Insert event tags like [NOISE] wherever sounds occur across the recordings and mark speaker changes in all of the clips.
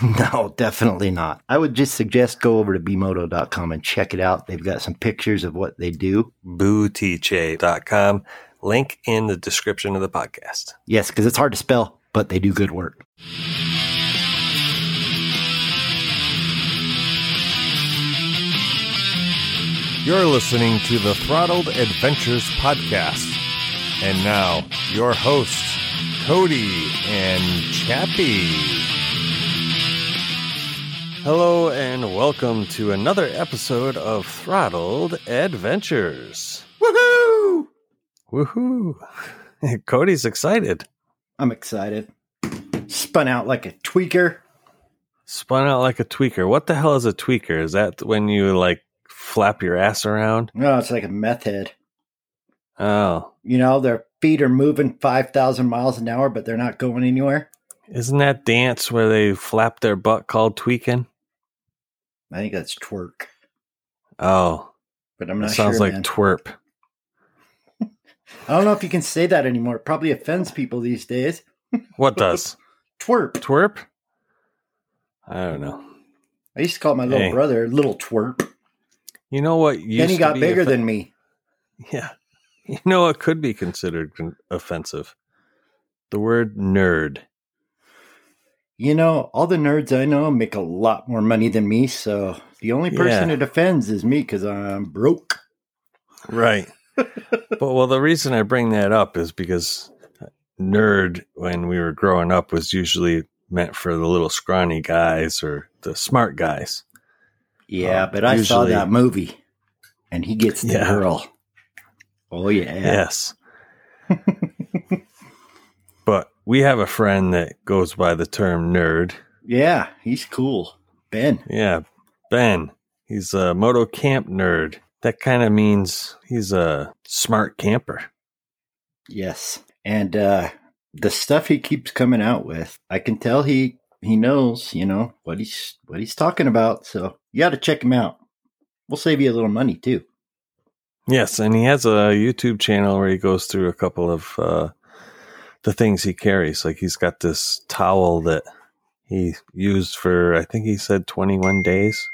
Speaker 1: No, definitely not. I would just suggest go over to bmoto.com and check it out. They've got some pictures of what they do.
Speaker 2: Bootiche.com, link in the description of the podcast.
Speaker 1: Yes, because it's hard to spell, but they do good work.
Speaker 3: You're listening to the Throttled Adventures Podcast. And now, your hosts, Cody and Chappie.
Speaker 2: Hello and welcome to another episode of Throttled Adventures.
Speaker 1: Woohoo!
Speaker 2: Woohoo! [LAUGHS] Cody's excited.
Speaker 1: I'm excited. Spun out like a tweaker.
Speaker 2: Spun out like a tweaker. What the hell is a tweaker? Is that when you like flap your ass around?
Speaker 1: No, it's like a meth head.
Speaker 2: Oh,
Speaker 1: You know, their feet are moving 5,000 miles an hour, but they're not going anywhere.
Speaker 2: isn't that dance where they flap their butt called tweaking?
Speaker 1: I think that's twerk,
Speaker 2: Oh,
Speaker 1: but I'm
Speaker 2: that
Speaker 1: not
Speaker 2: sounds
Speaker 1: sure.
Speaker 2: like
Speaker 1: man.
Speaker 2: twerp.
Speaker 1: I don't know if you can say that anymore. It probably offends people these days.
Speaker 2: What
Speaker 1: [LAUGHS]
Speaker 2: does
Speaker 1: Twerp.
Speaker 2: twerp? I don't know.
Speaker 1: I used to call my little
Speaker 2: Hey.
Speaker 1: brother little twerp.
Speaker 2: You know what? Used
Speaker 1: Then he
Speaker 2: to
Speaker 1: got
Speaker 2: be
Speaker 1: bigger
Speaker 2: offe-
Speaker 1: than me.
Speaker 2: [LAUGHS] yeah. You know what could be considered con- offensive? The word nerd.
Speaker 1: You know, all the nerds I know make a lot more money than me, so the only person
Speaker 2: Yeah.
Speaker 1: it offends is me because I'm broke.
Speaker 2: Right. but well, the reason I bring that up is because nerd, when we were growing up, was usually meant for the little scrawny guys or the smart guys.
Speaker 1: Yeah,
Speaker 2: Oh,
Speaker 1: but I saw
Speaker 2: usually-
Speaker 1: that movie, and he gets the
Speaker 2: Yeah.
Speaker 1: girl. Oh yeah.
Speaker 2: Yes. but we have a friend that goes by the term nerd.
Speaker 1: yeah, he's cool. Ben,
Speaker 2: Yeah, Ben. He's a moto camp nerd. That kind of means he's a smart camper.
Speaker 1: Yes. And uh the stuff he keeps coming out with, I can tell he he knows, you know, what he's what he's talking about. So you gotta check him out. We'll save you a little money too.
Speaker 2: Yes, and he has a YouTube channel where he goes through a couple of uh, the things he carries. Like he's got this towel that he used for, I think he said 21 days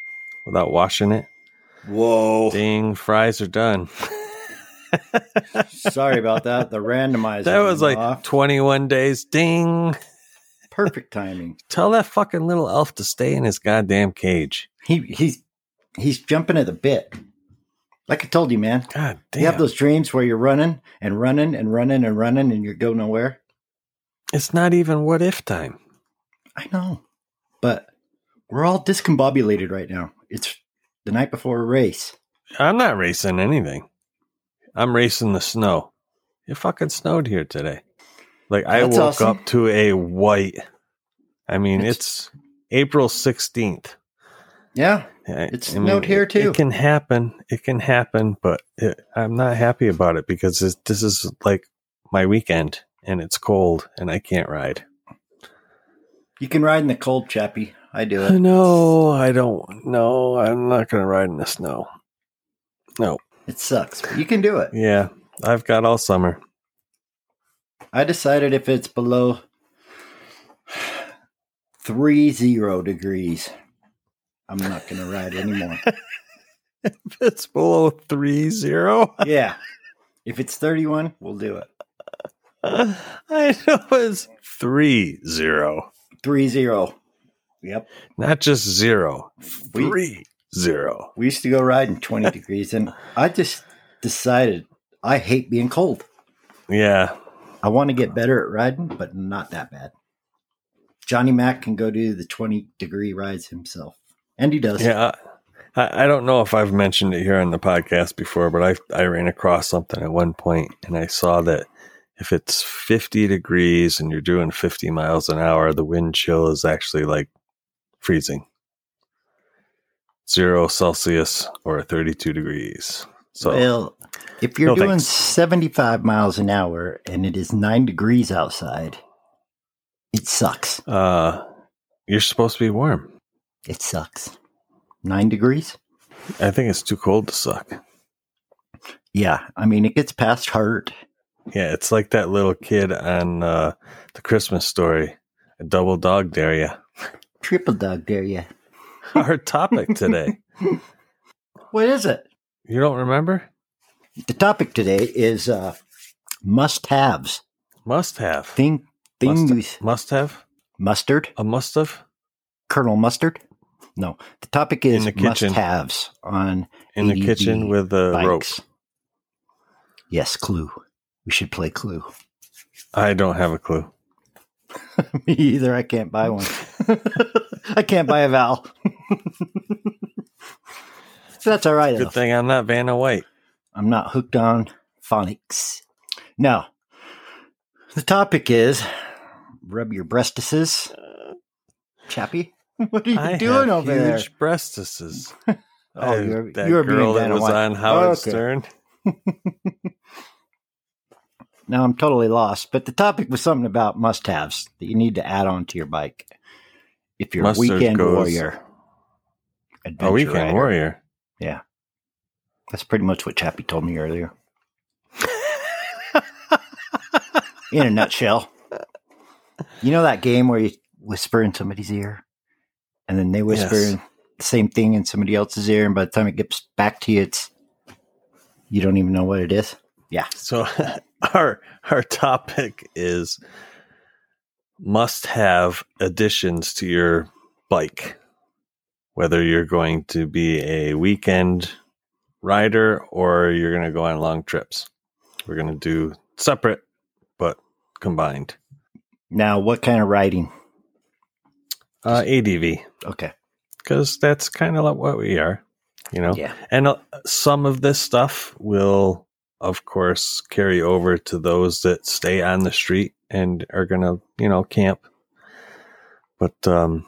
Speaker 2: without washing it.
Speaker 1: Whoa.
Speaker 2: Ding, fries are done.
Speaker 1: Sorry about that. The randomizer.
Speaker 2: That was like
Speaker 1: went off.
Speaker 2: 21 days. Ding.
Speaker 1: perfect timing.
Speaker 2: Tell that fucking little elf to stay in his goddamn cage.
Speaker 1: He he's he's jumping at the bit. Like I told you, man.
Speaker 2: God
Speaker 1: You have
Speaker 2: damn.
Speaker 1: those dreams where you're running and running and running and running and you go nowhere.
Speaker 2: it's not even what if time.
Speaker 1: I know, but we're all discombobulated right now. It's the night before a race.
Speaker 2: I'm not racing anything. I'm racing the snow. It fucking snowed here today. Like I
Speaker 1: That's
Speaker 2: woke
Speaker 1: awesome.
Speaker 2: up to a white. I mean, it's, April sixteenth.
Speaker 1: Yeah, It
Speaker 2: It's
Speaker 1: snowed here, too.
Speaker 2: It can happen. It can happen, but it, I'm not happy about it because this, this is like my weekend, and it's cold, and I can't ride.
Speaker 1: you can ride in the cold, Chappie. I do it.
Speaker 2: No, I don't. No, I'm not going to ride in the snow.
Speaker 1: It sucks. But you can do it.
Speaker 2: Yeah, I've got all summer. [LAUGHS]
Speaker 1: I decided if it's below three zero degrees, I'm not going to ride anymore.
Speaker 2: It's below three zero.
Speaker 1: yeah, if it's 31, we'll do it.
Speaker 2: Uh, [SIGHS] I know it's three zero,
Speaker 1: Three zero. Yep.
Speaker 2: not just zero.
Speaker 1: We-
Speaker 2: Three zero.
Speaker 1: We used to go riding 20 degrees, and I just decided I hate being cold.
Speaker 2: Yeah,
Speaker 1: I want to get better at riding, but not that bad. Johnny Mack can go do the 20 degree rides himself, and he does.
Speaker 2: yeah. I, I don't know if I've mentioned it here on the podcast before, but I I ran across something at one point, and I saw that if it's fifty degrees and you're doing fifty miles an hour, the wind chill is actually like freezing, zero Celsius or thirty two degrees. So
Speaker 1: well, if you're
Speaker 2: No,
Speaker 1: doing
Speaker 2: thanks.
Speaker 1: 75 miles an hour and it is nine degrees outside, it sucks.
Speaker 2: uh, you're supposed to be warm.
Speaker 1: It sucks. Nine degrees?
Speaker 2: I think it's too cold to suck.
Speaker 1: Yeah. I mean, it gets past heart.
Speaker 2: Yeah, it's like that little kid on uh, the Christmas story. A double dog dare ya. [LAUGHS]
Speaker 1: Triple dog dare you.
Speaker 2: Our topic
Speaker 1: [LAUGHS]
Speaker 2: today.
Speaker 1: What is it?
Speaker 2: You don't remember?
Speaker 1: The topic today is uh, must haves.
Speaker 2: Must have.
Speaker 1: Thing,
Speaker 2: Must-
Speaker 1: things.
Speaker 2: Must have?
Speaker 1: Mustard?
Speaker 2: A must have?
Speaker 1: Colonel Mustard? No. The topic is
Speaker 2: the kitchen.
Speaker 1: must haves on
Speaker 2: In the
Speaker 1: ADD
Speaker 2: kitchen with the rope.
Speaker 1: bikes. Yes, Clue. We should play Clue. [LAUGHS]
Speaker 2: I don't have a clue.
Speaker 1: Me either. I can't buy one. [LAUGHS] I can't buy a vowel. [LAUGHS] so that's all right.
Speaker 2: Good
Speaker 1: though.
Speaker 2: thing I'm not Vanna White.
Speaker 1: I'm not hooked on phonics. Now, the topic is rub your breastises. Chappie, [LAUGHS] what are you
Speaker 2: Uh, I
Speaker 1: doing
Speaker 2: have
Speaker 1: over there?
Speaker 2: huge breastises.
Speaker 1: [LAUGHS] Oh,
Speaker 2: I-
Speaker 1: you're-
Speaker 2: that
Speaker 1: you're being
Speaker 2: girl that
Speaker 1: Vanna
Speaker 2: was
Speaker 1: White.
Speaker 2: on Howard
Speaker 1: Okay.
Speaker 2: Stern.
Speaker 1: Now I'm totally lost, but the topic was something about must haves that you need to add on to your bike if you're
Speaker 2: Mustard
Speaker 1: a weekend
Speaker 2: goes-
Speaker 1: warrior.
Speaker 2: A
Speaker 1: adventure
Speaker 2: weekend
Speaker 1: rider.
Speaker 2: warrior.
Speaker 1: That's pretty much what Chappie told me earlier. [LAUGHS] In a nutshell, you know that game where you whisper in somebody's ear, and then they whisper
Speaker 2: Yes.
Speaker 1: the same thing in somebody else's ear, and by the time it gets back to you, it's you don't even know what it is.
Speaker 2: So [LAUGHS] our our topic is must have additions to your bike. Whether you're going to be a weekend rider or you're going to go on long trips. We're going to do separate but combined.
Speaker 1: Now, what kind of riding?
Speaker 2: Uh, ADV
Speaker 1: Okay,
Speaker 2: because that's kind of like what we are, you know.
Speaker 1: yeah,
Speaker 2: And uh, some of this stuff will, of course, carry over to those that stay on the street and are going to, you know, camp. But, um,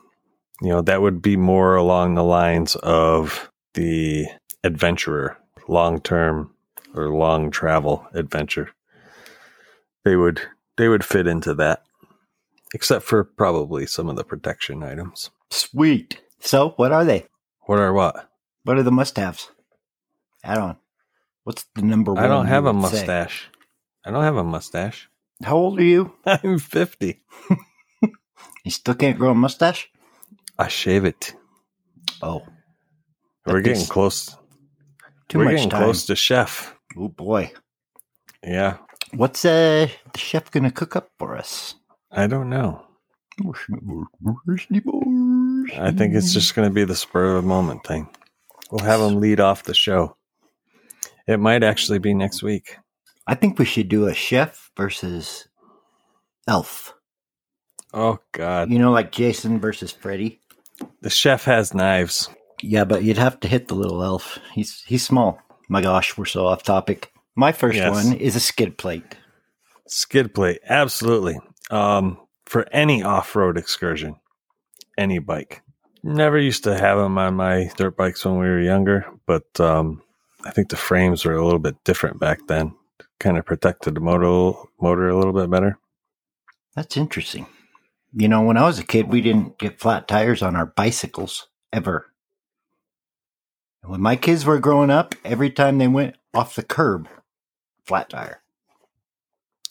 Speaker 2: you know, that would be more along the lines of the adventurer, long term or long travel adventure. They would they would fit into that, except for probably some of the protection items.
Speaker 1: sweet. So, what are they?
Speaker 2: What are what?
Speaker 1: What are the must-haves? Add on. What's the number one?
Speaker 2: I don't
Speaker 1: you
Speaker 2: have a
Speaker 1: would say?
Speaker 2: mustache. I don't have a mustache.
Speaker 1: How old are you?
Speaker 2: I'm 50.
Speaker 1: You still can't grow a mustache?
Speaker 2: I shave it.
Speaker 1: Oh, That
Speaker 2: We're
Speaker 1: takes
Speaker 2: getting close.
Speaker 1: too
Speaker 2: We're
Speaker 1: much
Speaker 2: getting
Speaker 1: time.
Speaker 2: close to chef.
Speaker 1: Oh boy,
Speaker 2: Yeah,
Speaker 1: what's uh, the chef gonna cook up for us?
Speaker 2: I don't know. I think it's just going to be the spur of the moment thing. We'll have him lead off the show. It might actually be next week.
Speaker 1: I think we should do a chef versus elf.
Speaker 2: Oh God,
Speaker 1: You know, like Jason versus Freddy.
Speaker 2: the chef has knives.
Speaker 1: Yeah, but you'd have to hit the little elf. He's he's small. My gosh, we're so off topic. My first
Speaker 2: Yes.
Speaker 1: one is a skid plate.
Speaker 2: Skid plate, absolutely. Um, for any off-road excursion, any bike. Never used to have them on my dirt bikes when we were younger, but um, I think the frames were a little bit different back then. Kind of protected the motor motor a little bit better.
Speaker 1: That's interesting. You know, when I was a kid, we didn't get flat tires on our bicycles ever. And when my kids were growing up, every time they went off the curb, flat tire.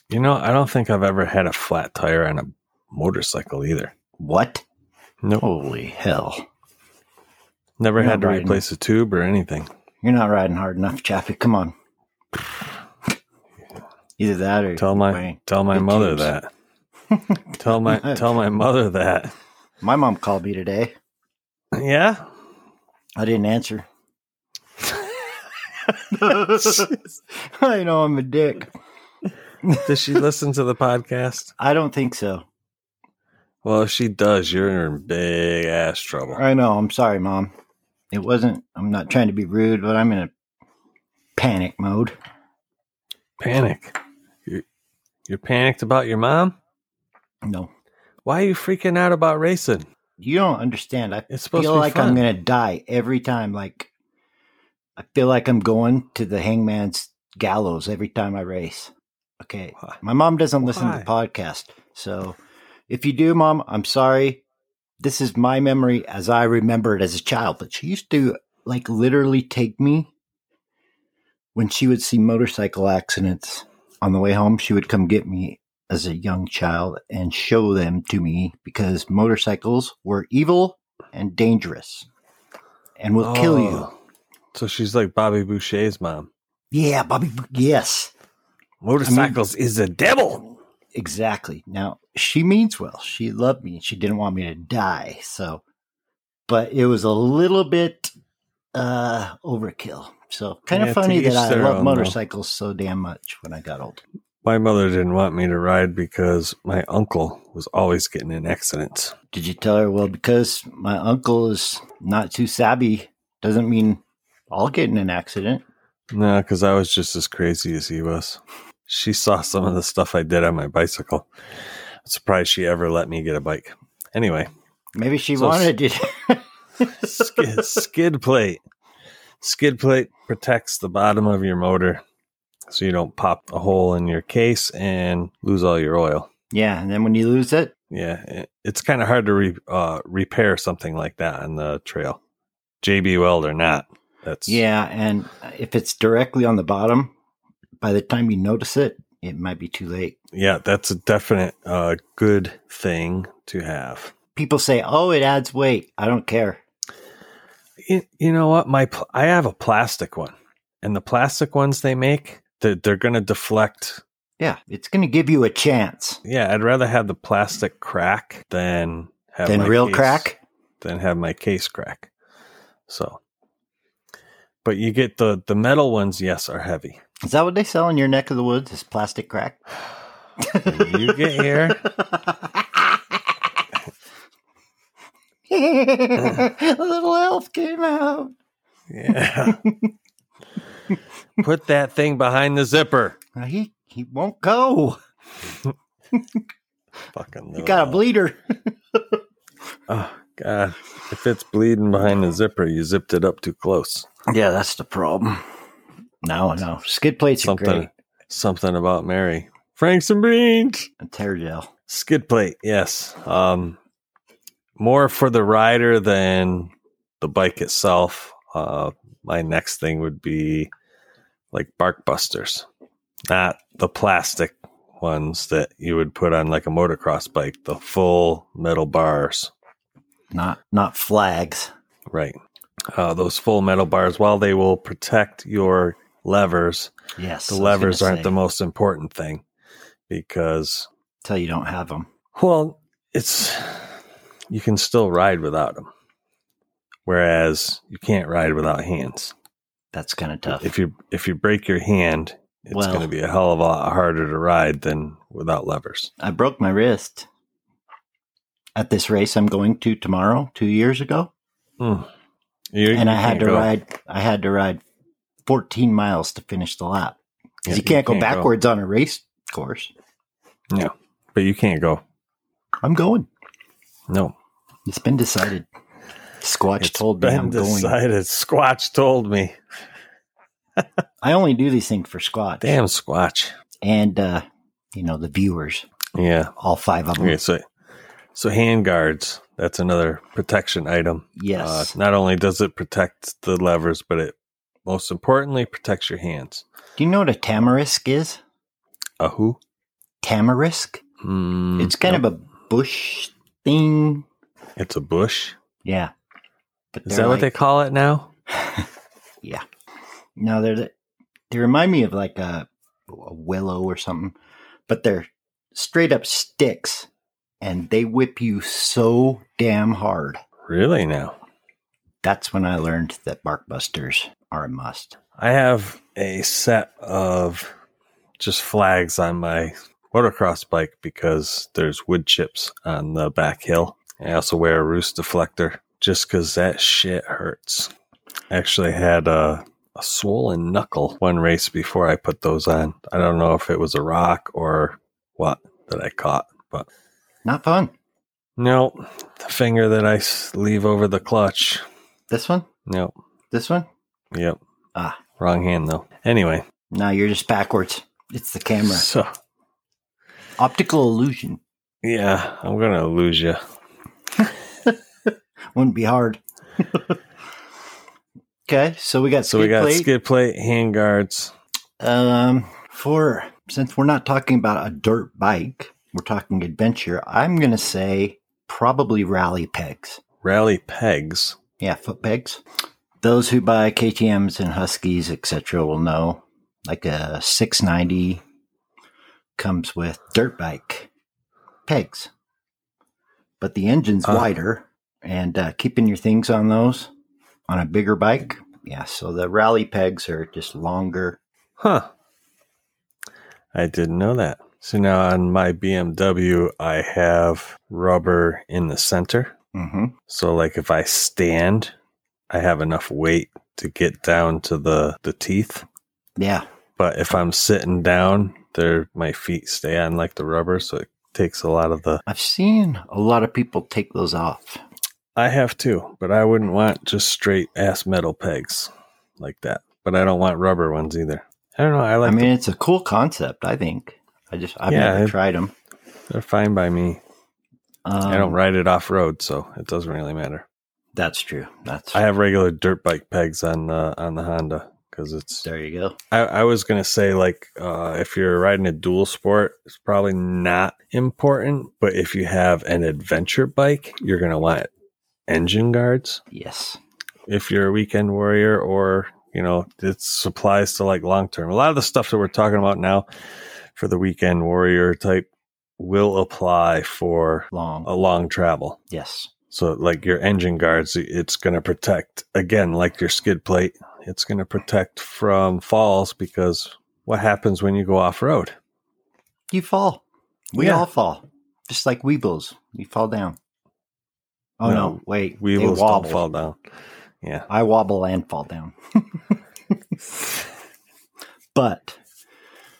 Speaker 2: You know, I don't think I've ever had a flat tire on a motorcycle either.
Speaker 1: What?
Speaker 2: Nope.
Speaker 1: Holy hell.
Speaker 2: Never
Speaker 1: You're
Speaker 2: had
Speaker 1: not
Speaker 2: to
Speaker 1: riding.
Speaker 2: replace a tube or anything.
Speaker 1: You're not riding hard enough, Chappie. Come on. Either that or
Speaker 2: Tell my
Speaker 1: Wayne.
Speaker 2: tell my
Speaker 1: Good
Speaker 2: mother
Speaker 1: tips. [LAUGHS]
Speaker 2: that. Tell my tell my mother that. [LAUGHS]
Speaker 1: My mom called me today.
Speaker 2: Yeah.
Speaker 1: I didn't answer. [LAUGHS] I know I'm a dick.
Speaker 2: Does she listen to the podcast?
Speaker 1: I don't think so.
Speaker 2: Well, if she does, you're in big ass trouble.
Speaker 1: I know. I'm sorry, mom. It wasn't. I'm not trying to be rude, but I'm in a panic mode.
Speaker 2: Panic. You're, you're panicked about your mom?
Speaker 1: No,
Speaker 2: Why are you freaking out about racing?
Speaker 1: you don't understand. I
Speaker 2: It's supposed to
Speaker 1: feel
Speaker 2: be
Speaker 1: like
Speaker 2: fun.
Speaker 1: I'm gonna die every time. Like I feel like I'm going to the hangman's gallows every time I race. Okay,
Speaker 2: Why?
Speaker 1: my mom doesn't listen to
Speaker 2: Why?
Speaker 1: the podcast, so if you do, mom, I'm sorry. This is my memory as I remember it as a child. But she used to like literally take me when she would see motorcycle accidents on the way home. She would come get me as a young child and show them to me because motorcycles were evil and dangerous and will kill you.
Speaker 2: Oh. So she's like Bobby Boucher's mom.
Speaker 1: Yeah, Bobby. Yes,
Speaker 2: Motorcycles is the devil.
Speaker 1: exactly. Now, she means well. She loved me. She didn't want me to die. So, but it was a little bit uh overkill. So, kind
Speaker 2: Yeah,
Speaker 1: of
Speaker 2: to
Speaker 1: funny
Speaker 2: each
Speaker 1: that I
Speaker 2: their
Speaker 1: loved
Speaker 2: own, though.
Speaker 1: motorcycles so damn much when I got old.
Speaker 2: My mother didn't want me to ride because my uncle was always getting in accidents.
Speaker 1: Did you tell her, well, because my uncle is not too savvy, doesn't mean I'll get in an accident?
Speaker 2: No, because I was just as crazy as he was. She saw some of the stuff I did on my bicycle. I'm surprised she ever let me get a bike. Anyway,
Speaker 1: Maybe she
Speaker 2: So-
Speaker 1: wanted it. [LAUGHS]
Speaker 2: skid, skid plate. Skid plate protects the bottom of your motor so you don't pop a hole in your case and lose all your oil.
Speaker 1: yeah, and then when you lose it,
Speaker 2: Yeah, it- it's kind of hard to re, uh, repair something like that on the trail. JB Weld or not. That's
Speaker 1: yeah, and if it's directly on the bottom, by the time you notice it, it might be too late.
Speaker 2: yeah, that's a definite uh, good thing to have.
Speaker 1: People say, oh, it adds weight. I don't care.
Speaker 2: you, you know what my pl- i have a plastic one and the plastic ones they make they're, they're gonna deflect
Speaker 1: Yeah, it's going to give you a chance.
Speaker 2: yeah i'd rather have the plastic crack than have
Speaker 1: Then
Speaker 2: my
Speaker 1: real
Speaker 2: case-
Speaker 1: crack.
Speaker 2: than have my case crack so but you get the the metal ones yes are heavy
Speaker 1: Is that what they sell in your neck of the woods? Is plastic crack?
Speaker 2: When you get
Speaker 1: [LAUGHS]
Speaker 2: here
Speaker 1: [LAUGHS] a little elf came out.
Speaker 2: yeah put that thing behind the zipper
Speaker 1: Now he he won't go.
Speaker 2: fucking
Speaker 1: He
Speaker 2: little
Speaker 1: got a
Speaker 2: elf.
Speaker 1: bleeder.
Speaker 2: oh god if it's bleeding behind the zipper you zipped it up too close
Speaker 1: Yeah, that's the problem. No, no. Skid plates are
Speaker 2: something
Speaker 1: great.
Speaker 2: something about Mary. Franks and beans.
Speaker 1: And tear gel.
Speaker 2: Skid plate, yes. Um more for the rider than the bike itself. Uh my next thing would be like bark busters. Not the plastic ones that you would put on like a motocross bike, the full metal bars.
Speaker 1: Not not flags.
Speaker 2: Right. Uh, those full metal bars, while they will protect your levers,
Speaker 1: Yes.
Speaker 2: the
Speaker 1: I was
Speaker 2: levers
Speaker 1: gonna
Speaker 2: aren't the
Speaker 1: say,
Speaker 2: most important thing because
Speaker 1: Till you don't have them.
Speaker 2: well it's you can still ride without them whereas you can't ride without hands
Speaker 1: That's kind of tough.
Speaker 2: if you if you break your hand it's
Speaker 1: Well-
Speaker 2: going to be a hell of a lot harder to ride than without levers
Speaker 1: I broke my wrist at this race I'm going to tomorrow, two years ago.
Speaker 2: You-
Speaker 1: And
Speaker 2: you
Speaker 1: I had
Speaker 2: can't
Speaker 1: to
Speaker 2: go.
Speaker 1: ride I had to ride fourteen miles to finish the lap.
Speaker 2: Yeah,
Speaker 1: Because you can't, go backwards on a race course.
Speaker 2: but you can't go
Speaker 1: I'm going.
Speaker 2: no
Speaker 1: It's been decided. Squatch
Speaker 2: It's
Speaker 1: told me
Speaker 2: been
Speaker 1: I'm going.
Speaker 2: decided squatch told me
Speaker 1: I only do these things for Squatch.
Speaker 2: damn squatch
Speaker 1: and uh, you know the viewers,
Speaker 2: yeah
Speaker 1: all five of them.
Speaker 2: okay so so hand guards that's another protection item
Speaker 1: Yes.
Speaker 2: Uh, not only does it protect the levers, but it most importantly protects your hands.
Speaker 1: Do you know what a tamarisk is?
Speaker 2: A who?
Speaker 1: Tamarisk.
Speaker 2: Mm,
Speaker 1: it's kind of a bush thing.
Speaker 2: it's a bush.
Speaker 1: Yeah. But
Speaker 2: Is that what they call it now?
Speaker 1: they? Yeah. No, they're the- they remind me of like a a willow or something, but they're straight up sticks and they whip you so damn hard.
Speaker 2: Really now?
Speaker 1: That's when I learned that barkbusters are a must.
Speaker 2: I have a set of just flags on my motocross bike because there's wood chips on the back hill. I also wear a roost deflector just because that shit hurts. I actually had a, a swollen knuckle one race before I put those on. I don't know if it was a rock or what that I caught, but
Speaker 1: Not fun.
Speaker 2: no, the finger that I s- leave over the clutch.
Speaker 1: This one?
Speaker 2: Nope.
Speaker 1: This one?
Speaker 2: Yep.
Speaker 1: Ah.
Speaker 2: Wrong hand though. Anyway,
Speaker 1: No, you're just backwards. It's
Speaker 2: [LAUGHS]
Speaker 1: the camera.
Speaker 2: so
Speaker 1: Optical illusion.
Speaker 2: yeah, I'm gonna lose you.
Speaker 1: Wouldn't
Speaker 2: [LAUGHS]
Speaker 1: be hard. okay, so we got
Speaker 2: So we
Speaker 1: skid
Speaker 2: got
Speaker 1: plate.
Speaker 2: skid plate, hand guards.
Speaker 1: Um, for since we're not talking about a dirt bike, we're talking adventure. I'm gonna say probably rally pegs.
Speaker 2: rally pegs.
Speaker 1: Yeah, foot pegs. Those who buy KTM's and Huskies, etc., will know. Like a 690 comes with dirt bike pegs, but the engine's
Speaker 2: Uh.
Speaker 1: wider, and uh, keeping your things on those on a bigger bike. Yeah, so the rally pegs are just longer.
Speaker 2: Huh. I didn't know that. So now on my BMW, I have rubber in the center.
Speaker 1: Mm-hmm.
Speaker 2: So, like if I stand, I have enough weight to get down to the, the teeth.
Speaker 1: Yeah,
Speaker 2: But if I'm sitting down, there my feet stay on like the rubber. So it takes a lot of the.
Speaker 1: I've seen a lot of people take those off.
Speaker 2: I have two, but I wouldn't want just straight ass metal pegs like that. But I don't want rubber ones either. I don't know. I like
Speaker 1: I mean, it's a cool concept. I think. I just I've
Speaker 2: Yeah,
Speaker 1: never
Speaker 2: it-
Speaker 1: tried them.
Speaker 2: They're fine by me.
Speaker 1: Um,
Speaker 2: I don't ride it off road, so it doesn't really matter.
Speaker 1: That's true. That's
Speaker 2: I have regular dirt bike pegs on uh, on the Honda because it's.
Speaker 1: there. You go.
Speaker 2: I, I was gonna say like uh, if you're riding a dual sport, it's probably not important. But if you have an adventure bike, you're gonna want engine guards.
Speaker 1: Yes.
Speaker 2: If you're a weekend warrior, or you know, it supplies to like long term. A lot of the stuff that we're talking about now for the weekend warrior type will apply for
Speaker 1: Long.
Speaker 2: a long travel.
Speaker 1: Yes.
Speaker 2: So, like your engine guards, it's going to protect again, like your skid plate, it's going to protect from falls because what happens when you go off road?
Speaker 1: You fall. We
Speaker 2: Yeah.
Speaker 1: all fall. Just like weebles, we fall down. Oh no!
Speaker 2: No,
Speaker 1: wait,
Speaker 2: We
Speaker 1: they
Speaker 2: will
Speaker 1: wobble.
Speaker 2: fall down. Yeah.
Speaker 1: I wobble and fall down. [LAUGHS] but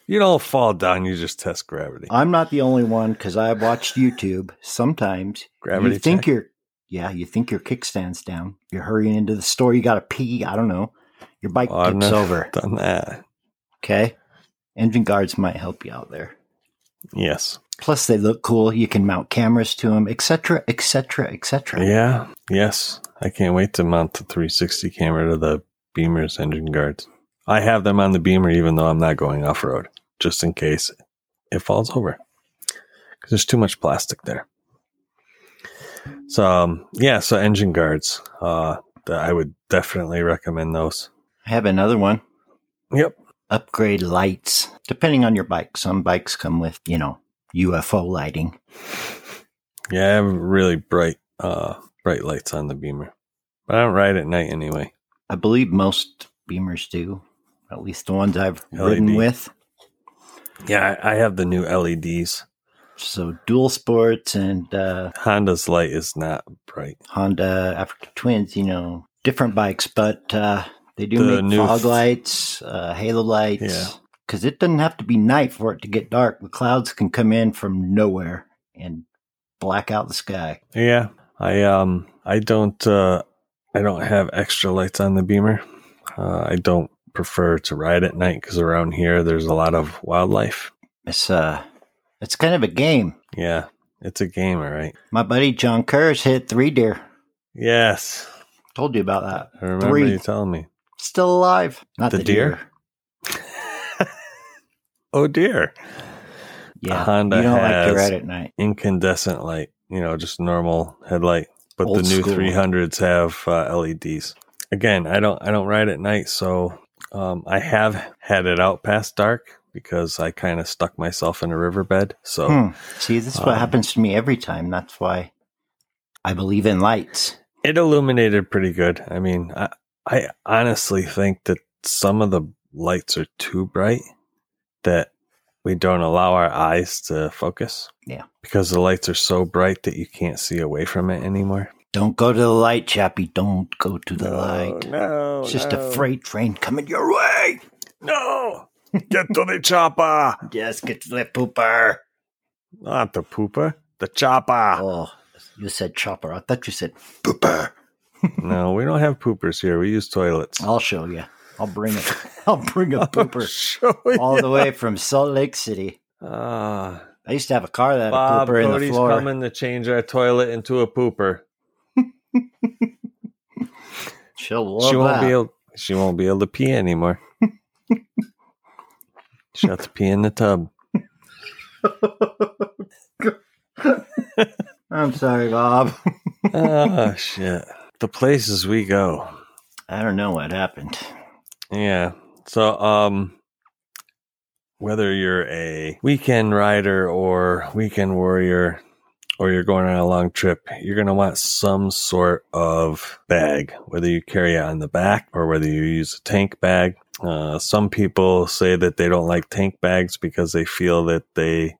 Speaker 2: You don't fall down, you just test gravity.
Speaker 1: I'm not the only one because I've watched YouTube. Sometimes
Speaker 2: Gravity.
Speaker 1: you think
Speaker 2: check.
Speaker 1: your yeah, you think your kickstand's down. You're hurrying into the store. You got to pee. I don't know. Your bike
Speaker 2: Oh, I've
Speaker 1: tips
Speaker 2: never
Speaker 1: over.
Speaker 2: done that.
Speaker 1: Okay, engine guards might help you out there.
Speaker 2: Yes.
Speaker 1: Plus, they look cool. You can mount cameras to them, etc., etc., etc.
Speaker 2: Yeah. Yes. I can't wait to mount the 360 camera to the Beamer's engine guards. I have them on the Beamer, even though I'm not going off road, just in case it falls over because there's too much plastic there. So, um, yeah. So, engine guards, uh, th- I would definitely recommend those.
Speaker 1: I have another one.
Speaker 2: Yep.
Speaker 1: Upgrade lights, depending on your bike. Some bikes come with you know UFO lighting.
Speaker 2: Yeah. I have really bright, uh, bright lights on the Beamer, but I don't ride at night anyway.
Speaker 1: I believe most Beamers do, at least the ones I've ridden
Speaker 2: LED.
Speaker 1: with.
Speaker 2: Yeah. I, I have the new E LEDs.
Speaker 1: So dual sports and uh,
Speaker 2: Honda's light is not bright.
Speaker 1: Honda Africa Twins, you know, different bikes, but uh, they do
Speaker 2: The
Speaker 1: make
Speaker 2: new
Speaker 1: fog
Speaker 2: f-
Speaker 1: lights, uh, halo lights.
Speaker 2: Yeah.
Speaker 1: Because it doesn't have to be night for it to get dark. The clouds can come in from nowhere and black out the sky.
Speaker 2: Yeah, I um, I don't, uh, I don't have extra lights on the Beamer. Uh, I don't prefer to ride at night because around here there's a lot of wildlife.
Speaker 1: It's uh, it's kind of a game.
Speaker 2: Yeah, it's a game, all right.
Speaker 1: My buddy John Kerr's hit three deer.
Speaker 2: Yes,
Speaker 1: Told you about that.
Speaker 2: I remember
Speaker 1: Three.
Speaker 2: you telling me.
Speaker 1: Still alive. Not
Speaker 2: The
Speaker 1: the,
Speaker 2: deer?
Speaker 1: deer.
Speaker 2: Oh dear,
Speaker 1: Yeah.
Speaker 2: Honda
Speaker 1: you don't like
Speaker 2: has-
Speaker 1: to ride at night.
Speaker 2: incandescent light. You know, just normal headlight. But
Speaker 1: Old
Speaker 2: the new
Speaker 1: school.
Speaker 2: 300s have uh, LEDs. Again, I don't, I don't ride at night, so um, I have had it out past dark because I kind of stuck myself in a riverbed. So
Speaker 1: Hmm. See, this is what
Speaker 2: Um,
Speaker 1: happens to me every time. That's why I believe in lights.
Speaker 2: it illuminated pretty good. I mean, I, I honestly think that some of the lights are too bright that we don't allow our eyes to focus.
Speaker 1: Yeah.
Speaker 2: Because the lights are so bright that you can't see away from it anymore.
Speaker 1: Don't go to the light, Chappie. Don't go to the light.
Speaker 2: Oh, No.
Speaker 1: it's just a freight train coming your way.
Speaker 2: No. Get to the chopper.
Speaker 1: Yes, get to the pooper.
Speaker 2: Not the pooper. The chopper.
Speaker 1: Oh, you said chopper. I thought you said pooper.
Speaker 2: no, we don't have poopers here. We use toilets.
Speaker 1: I'll show you. I'll bring a. [LAUGHS] I'll
Speaker 2: [LAUGHS]
Speaker 1: bring
Speaker 2: Oh,
Speaker 1: a pooper
Speaker 2: Show
Speaker 1: all
Speaker 2: you.
Speaker 1: the way from Salt Lake City.
Speaker 2: Ah.
Speaker 1: I used to have a car that had
Speaker 2: Bob,
Speaker 1: a pooper in the
Speaker 2: Cody's
Speaker 1: floor.
Speaker 2: coming to change our toilet into a pooper.
Speaker 1: She'll love
Speaker 2: she won't
Speaker 1: that.
Speaker 2: be able. She won't be able to pee
Speaker 1: [LAUGHS]
Speaker 2: anymore. She'll have to pee in the tub.
Speaker 1: I'm sorry, Bob. [LAUGHS]
Speaker 2: Oh shit! The places we go.
Speaker 1: I don't know what happened.
Speaker 2: Yeah. So, um, whether you're a weekend rider or weekend warrior, or you're going on a long trip, you're going to want some sort of bag, whether you carry it on the back or whether you use a tank bag. Uh, some people say that they don't like tank bags because they feel that they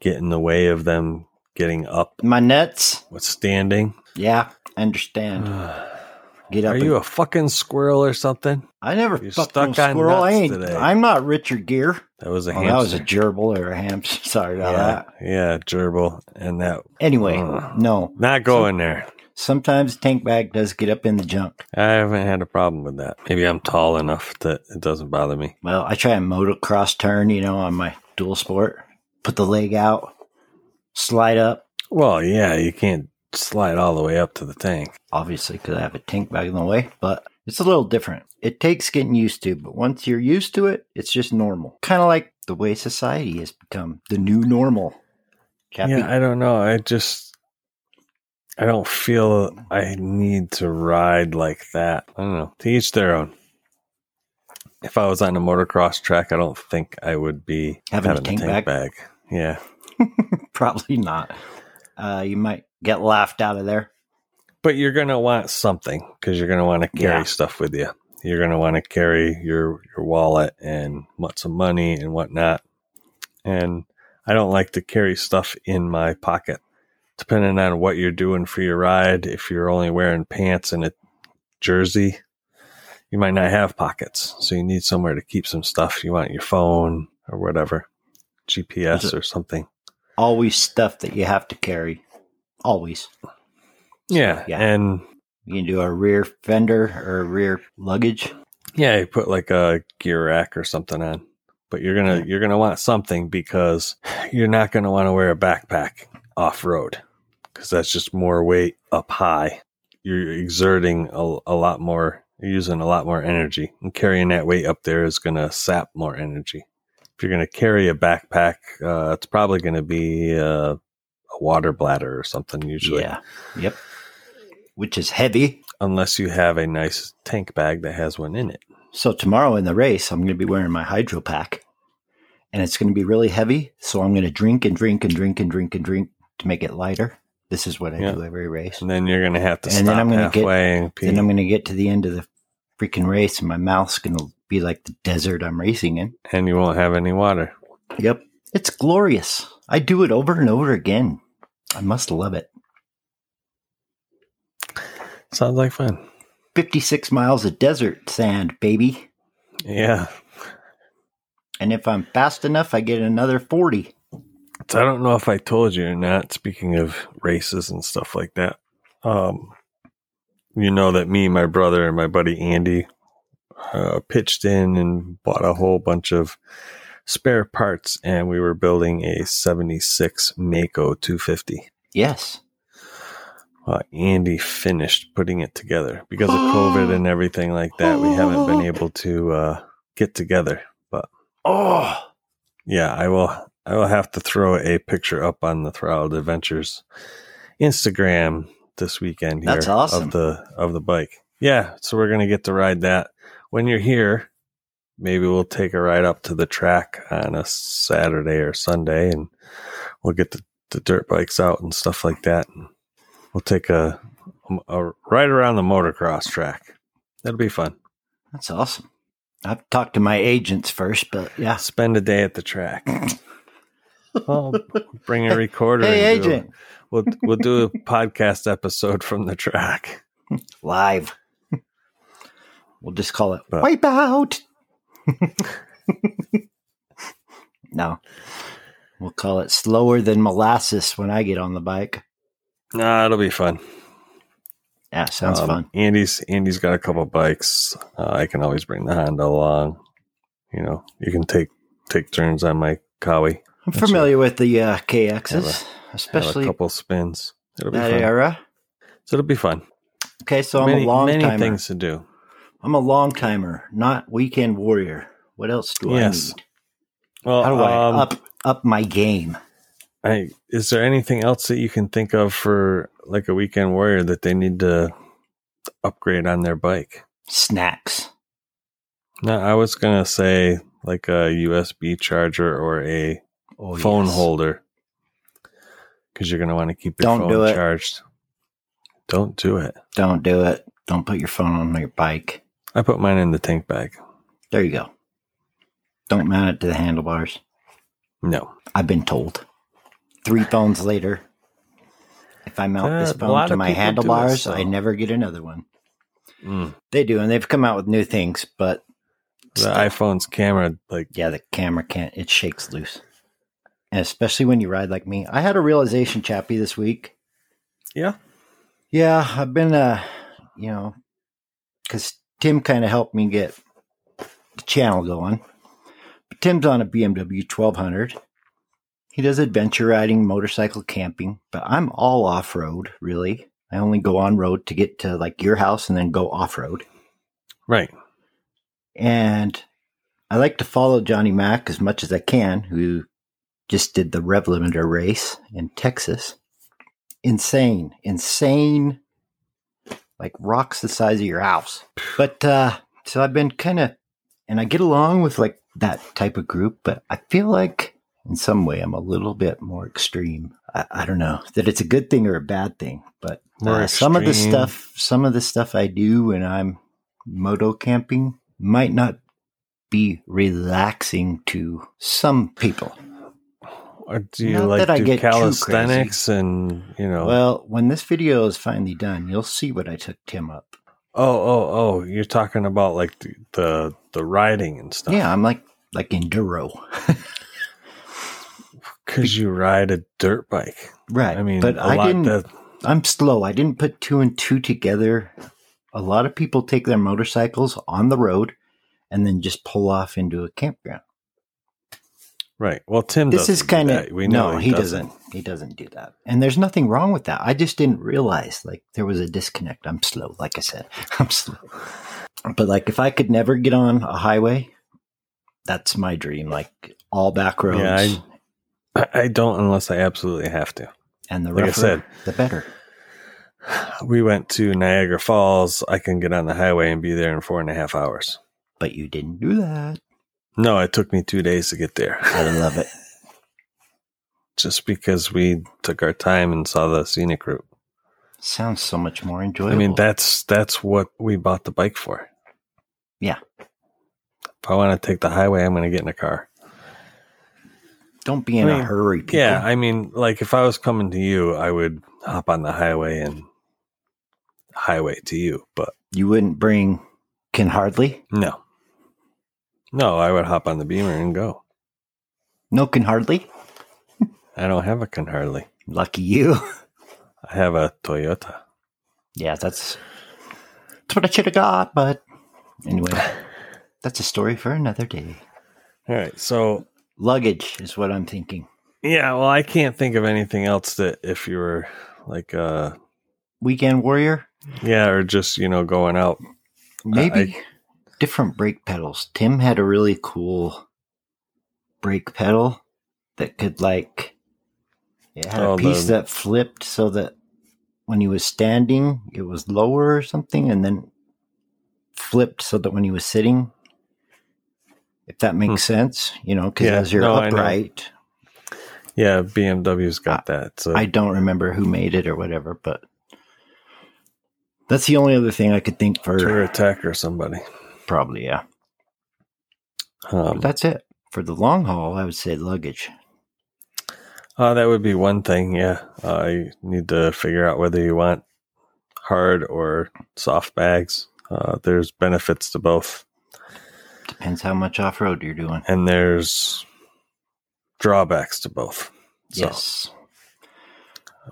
Speaker 2: get in the way of them getting up
Speaker 1: My nuts.
Speaker 2: with standing.
Speaker 1: Yeah, I understand.
Speaker 2: [SIGHS]
Speaker 1: Get up.
Speaker 2: Uh, Are
Speaker 1: and-
Speaker 2: you a fucking squirrel or something?
Speaker 1: I never
Speaker 2: you're
Speaker 1: fucked no
Speaker 2: stuck on
Speaker 1: squirrel. I
Speaker 2: nuts
Speaker 1: ain't.
Speaker 2: today.
Speaker 1: I'm not Richard Gere.
Speaker 2: That was a
Speaker 1: Oh,
Speaker 2: hamster.
Speaker 1: that was a gerbil or a hamster. [LAUGHS] Sorry about
Speaker 2: yeah,
Speaker 1: that.
Speaker 2: yeah, gerbil, and that
Speaker 1: Anyway,
Speaker 2: Ugh.
Speaker 1: no.
Speaker 2: not going there.
Speaker 1: Sometimes tank bag does get up in the junk.
Speaker 2: I haven't had a problem with that. Maybe I'm tall enough that it doesn't bother me.
Speaker 1: Well, I try a motocross turn, you know, on my dual sport. Put the leg out, slide up,
Speaker 2: Well, yeah, you can't slide all the way up to the tank.
Speaker 1: obviously, because I have a tank bag in the way, but it's a little different. It takes getting used to, but once you're used to it, it's just normal. Kind of like the way society has become the new normal. Chappie,
Speaker 2: Yeah, I don't know. I just I don't feel I need to ride like that. I don't know. To each their own. If I was on a motocross track, I don't think I would be
Speaker 1: Having a tank bag?
Speaker 2: Yeah.
Speaker 1: [LAUGHS] probably not. Uh, you might get laughed out of there.
Speaker 2: But you're going to want something because you're going to want to carry
Speaker 1: Yeah.
Speaker 2: stuff with you. You're going to want to carry your your wallet and want some money and whatnot. And I don't like to carry stuff in my pocket. Depending on what you're doing for your ride, if you're only wearing pants and a jersey, you might not have pockets. So you need somewhere to keep some stuff. You want your phone or whatever,
Speaker 1: Is
Speaker 2: GPS
Speaker 1: it-
Speaker 2: or something.
Speaker 1: Always stuff that you have to carry. Always.
Speaker 2: Yeah.
Speaker 1: yeah.
Speaker 2: And
Speaker 1: You can do a rear fender or a rear luggage.
Speaker 2: Yeah, you put like a gear rack or something on. But you're gonna you're gonna want something because you're not gonna want to wear a backpack off road because that's just more weight up high. You're exerting a, a lot more, you're using a lot more energy, and carrying that weight up there is gonna sap more energy. If you're gonna carry a backpack, uh, it's probably gonna be uh, a water bladder or something usually,
Speaker 1: Yeah. Yep. Which is heavy.
Speaker 2: unless you have a nice tank bag that has one in it.
Speaker 1: So tomorrow in the race, I'm going to be wearing my hydro pack and it's going to be really heavy. So I'm going to drink and drink and drink and drink and drink to make it lighter. This is what I
Speaker 2: Yeah.
Speaker 1: do every race.
Speaker 2: And then you're going to have to
Speaker 1: And then
Speaker 2: stop
Speaker 1: I'm gonna get-
Speaker 2: halfway and pee.
Speaker 1: Then I'm going to get to the end of the freaking race and my mouth's going to be like the desert I'm racing in.
Speaker 2: and you won't have any water.
Speaker 1: Yep. It's glorious. I do it over and over again. I must love it.
Speaker 2: Sounds like fun.
Speaker 1: 56 miles of desert sand, baby.
Speaker 2: Yeah.
Speaker 1: And if I'm fast enough, I get another 40.
Speaker 2: So I don't know if I told you or not. Speaking of races and stuff like that, um, you know that me, my brother, and my buddy Andy uh, pitched in and bought a whole bunch of spare parts, and we were building a 76 Mako 250.
Speaker 1: Yes.
Speaker 2: uh, Andy finished putting it together because of COVID and everything like that. We haven't been able to uh, get together, but
Speaker 1: Oh,
Speaker 2: yeah, I will. I will have to throw a picture up on the Throttled Adventures Instagram this weekend. Here
Speaker 1: That's awesome.
Speaker 2: Of the of the bike, yeah. So we're gonna get to ride that when you're here. maybe we'll take a ride up to the track on a Saturday or Sunday and we'll get the, the dirt bikes out and stuff like that. And we'll take a, a ride around the motocross track. That'll be fun.
Speaker 1: That's awesome. I've talked to my agents first, but yeah.
Speaker 2: Spend a day at the track.
Speaker 1: [LAUGHS]
Speaker 2: I'll bring a recorder.
Speaker 1: Hey,
Speaker 2: and do a-
Speaker 1: agent,
Speaker 2: we'll, we'll do a podcast episode from the track.
Speaker 1: live. we'll just call it
Speaker 2: But-
Speaker 1: Wipe Out. [LAUGHS] no. We'll call it Slower Than Molasses when I get on the bike.
Speaker 2: Nah, it'll be fun.
Speaker 1: Yeah, sounds
Speaker 2: Um,
Speaker 1: fun.
Speaker 2: Andy's Andy's got a couple bikes. Uh, I can always bring the Honda along. You know, you can take take turns on my Kawi.
Speaker 1: I'm
Speaker 2: that's
Speaker 1: familiar with the uh, KXs,
Speaker 2: Have a
Speaker 1: especially
Speaker 2: couple spins. It'll be
Speaker 1: that
Speaker 2: fun.
Speaker 1: era.
Speaker 2: So it'll be fun.
Speaker 1: Okay, so I'm
Speaker 2: many,
Speaker 1: a long
Speaker 2: many
Speaker 1: timer.
Speaker 2: things to do.
Speaker 1: I'm a long timer, not weekend warrior. What else do
Speaker 2: Yes.
Speaker 1: I need?
Speaker 2: Well,
Speaker 1: How do
Speaker 2: um,
Speaker 1: I up up my game?
Speaker 2: I, is there anything else that you can think of for like a weekend warrior that they need to upgrade on their bike?
Speaker 1: Snacks.
Speaker 2: No, I was gonna say like a USB charger or a
Speaker 1: Oh,
Speaker 2: phone
Speaker 1: yes.
Speaker 2: holder because you're going to want to keep your
Speaker 1: Don't
Speaker 2: phone
Speaker 1: do it.
Speaker 2: charged. Don't do it.
Speaker 1: Don't do it. Don't put your phone on your bike.
Speaker 2: I put mine in the tank bag.
Speaker 1: There you go. Don't mount it to the handlebars.
Speaker 2: No,
Speaker 1: I've been told. Three phones later, if I mount
Speaker 2: Uh,
Speaker 1: this
Speaker 2: a lot
Speaker 1: phone to
Speaker 2: of
Speaker 1: my
Speaker 2: people do it
Speaker 1: handlebars,
Speaker 2: still.
Speaker 1: I never get another one.
Speaker 2: Mm.
Speaker 1: They do, and they've come out with new things, but
Speaker 2: the
Speaker 1: still-
Speaker 2: iPhone's camera like
Speaker 1: yeah, the camera can't, it shakes loose. And especially when you ride like me. I had a realization, Chappie, this week.
Speaker 2: yeah.
Speaker 1: Yeah, I've been, uh, you know, because Tim kind of helped me get the channel going. But Tim's on a BMW 1200. He does adventure riding, motorcycle camping, but I'm all off road, really. I only go on road to get to like your house and then go off road.
Speaker 2: Right.
Speaker 1: And I like to follow Johnny Mack as much as I can, who just did the rev limiter race in Texas. Insane, insane, like rocks the size of your house. But uh, so I've been kind of, and I get along with like that type of group, but I feel like in some way I'm a little bit more extreme. I, I don't know that it's a good thing or a bad thing, but
Speaker 2: More
Speaker 1: uh, some of the
Speaker 2: extreme.
Speaker 1: stuff, some of the stuff I do when I'm moto camping might not be relaxing to some people.
Speaker 2: Or do you
Speaker 1: Not
Speaker 2: like
Speaker 1: that I
Speaker 2: do
Speaker 1: get too
Speaker 2: calisthenics and you know?
Speaker 1: Well, when this video is finally done, you'll see what I took Tim up.
Speaker 2: oh, oh, oh! You're talking about like the the, the riding and stuff.
Speaker 1: Yeah, I'm like like enduro.
Speaker 2: because you ride a dirt bike.
Speaker 1: right.
Speaker 2: I mean,
Speaker 1: but
Speaker 2: a
Speaker 1: I
Speaker 2: lot
Speaker 1: didn't
Speaker 2: that
Speaker 1: I'm slow. I didn't put two and two together. A lot of people take their motorcycles on the road and then just pull off into a campground.
Speaker 2: right. Well, Tim,
Speaker 1: This is kind of
Speaker 2: we know
Speaker 1: no, he doesn't. He doesn't do that. And there's nothing wrong with that. I just didn't realize like there was a disconnect. I'm slow, like I said. [LAUGHS] I'm slow. But like if I could never get on a highway, that's my dream. Like all back roads
Speaker 2: Yeah, I- I, I don't unless I absolutely have to.
Speaker 1: and the
Speaker 2: like I
Speaker 1: rougher,
Speaker 2: said,
Speaker 1: the better.
Speaker 2: We went to Niagara Falls. I can get on the highway and be there in four and a half hours.
Speaker 1: But you didn't do that.
Speaker 2: No, it took me two days to get there [LAUGHS]
Speaker 1: I love it.
Speaker 2: just because we took our time and saw the scenic route.
Speaker 1: Sounds so much more enjoyable.
Speaker 2: I mean, that's that's what we bought the bike for.
Speaker 1: Yeah.
Speaker 2: If I want to take the highway, I'm going to get in a car.
Speaker 1: don't be in
Speaker 2: I
Speaker 1: a
Speaker 2: mean,
Speaker 1: hurry, people.
Speaker 2: Yeah, I mean, like if I was coming to you, I would hop on the highway and highway to you, but
Speaker 1: you wouldn't bring can hardly
Speaker 2: no. No, I would hop on the beamer and go.
Speaker 1: no can hardly.
Speaker 2: I don't have a can hardly.
Speaker 1: Lucky you.
Speaker 2: I have a Toyota.
Speaker 1: yeah, that's that's what I should have got. But anyway, [SIGHS] that's a story for another day.
Speaker 2: All right. So,
Speaker 1: Luggage is what I'm thinking.
Speaker 2: yeah, well, I can't think of anything else that if you were like, uh,
Speaker 1: Weekend warrior,
Speaker 2: yeah, or just, you know, going out.
Speaker 1: maybe different brake pedals. Tim had a really cool brake pedal that could like it had
Speaker 2: Oh,
Speaker 1: a piece
Speaker 2: the-
Speaker 1: that flipped so that when he was standing it was lower or something and then flipped so that when he was sitting if that makes sense, you know, because
Speaker 2: Hmm. Yeah,
Speaker 1: as you're
Speaker 2: no, I know.
Speaker 1: upright,
Speaker 2: Yeah, BMW's got that. So
Speaker 1: I don't remember who made it or whatever, but that's the only other thing I could think for.
Speaker 2: Tour Attack or somebody.
Speaker 1: Probably, yeah.
Speaker 2: Um,
Speaker 1: But that's it. For the long haul, I would say luggage.
Speaker 2: Uh, that would be one thing. Yeah, uh, you need to figure out whether you want hard or soft bags. Uh, there's benefits to both,
Speaker 1: Depends how much off road you're doing.
Speaker 2: and there's drawbacks to both. So,
Speaker 1: Yes.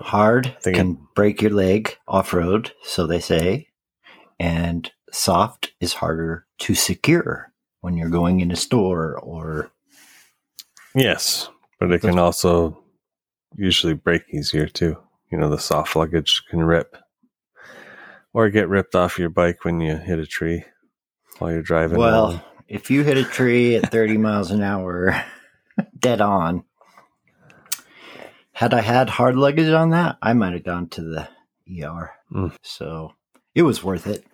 Speaker 1: Hard
Speaker 2: think
Speaker 1: can break your leg off road, so they say. And soft is harder to secure when you're going in a store or
Speaker 2: Yes, but it can also usually break easier too. You know, the soft luggage can rip or get ripped off your bike when you hit a tree while you're driving. along.
Speaker 1: well, if you hit a tree at 30 miles an hour [LAUGHS] dead on, had I had hard luggage on that, I might have gone to the ER.
Speaker 2: Mm.
Speaker 1: So it was worth it.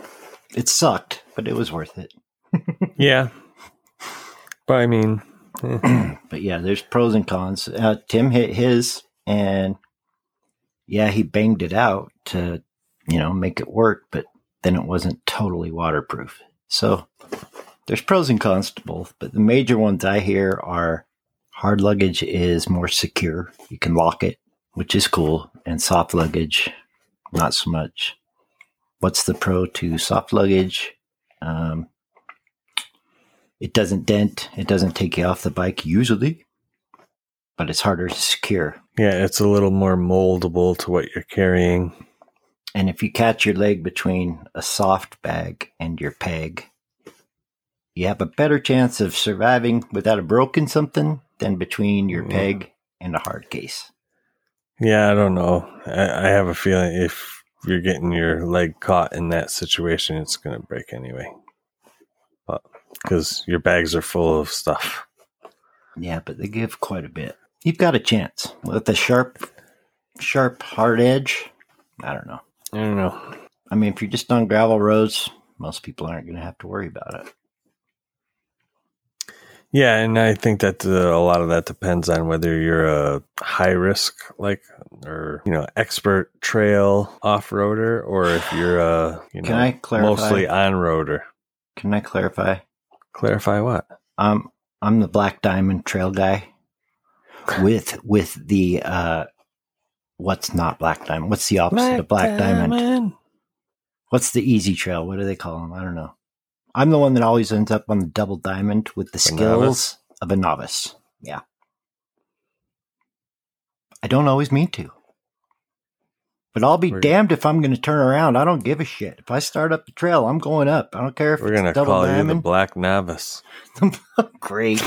Speaker 1: It sucked, but it was worth it. [LAUGHS]
Speaker 2: yeah. But I mean, eh.
Speaker 1: [CLEARS THROAT] but yeah, there's pros and cons. Uh, Tim hit his, and yeah, he banged it out to you know make it work, but then it wasn't totally waterproof. So there's pros and cons to both, but the major ones I hear are hard luggage is more secure. You can lock it, which is cool, and soft luggage, not so much. What's the pro to soft luggage? Um, it doesn't dent. It doesn't take you off the bike usually, but it's harder to secure.
Speaker 2: Yeah, it's a little more moldable to what you're carrying.
Speaker 1: And if you catch your leg between a soft bag and your peg, you have a better chance of surviving without a broken something than between your
Speaker 2: Yeah.
Speaker 1: peg and a hard case.
Speaker 2: Yeah, I don't know. I, I have a feeling if you're getting your leg caught in that situation, it's going to break anyway. But because your bags are full of stuff.
Speaker 1: Yeah, but they give quite a bit. You've got a chance with a sharp, sharp hard edge. I don't know.
Speaker 2: I don't know.
Speaker 1: I mean, if you're just on gravel roads, most people aren't going to have to worry about it.
Speaker 2: Yeah, and I think that uh, a lot of that depends on whether you're a high risk, like, or you know, expert trail off roader, or if you're a you know,
Speaker 1: Can I clarify?
Speaker 2: mostly on roader.
Speaker 1: Can I clarify?
Speaker 2: Clarify what?
Speaker 1: I'm I'm the Black Diamond Trail guy. With with the uh, what's not Black Diamond? What's the opposite of Black Diamond? What's the easy trail? What do they call them? I don't know. I'm the one that always ends up on the double diamond with the
Speaker 2: A
Speaker 1: skills
Speaker 2: novice?
Speaker 1: of a novice. Yeah. I don't always mean to. But I'll be
Speaker 2: We're-
Speaker 1: damned if I'm going to turn around. I don't give a shit. If I start up the trail, I'm going up. I don't care if
Speaker 2: We're
Speaker 1: it's
Speaker 2: gonna
Speaker 1: a double
Speaker 2: call
Speaker 1: diamond.
Speaker 2: you the Black Novice.
Speaker 1: Great.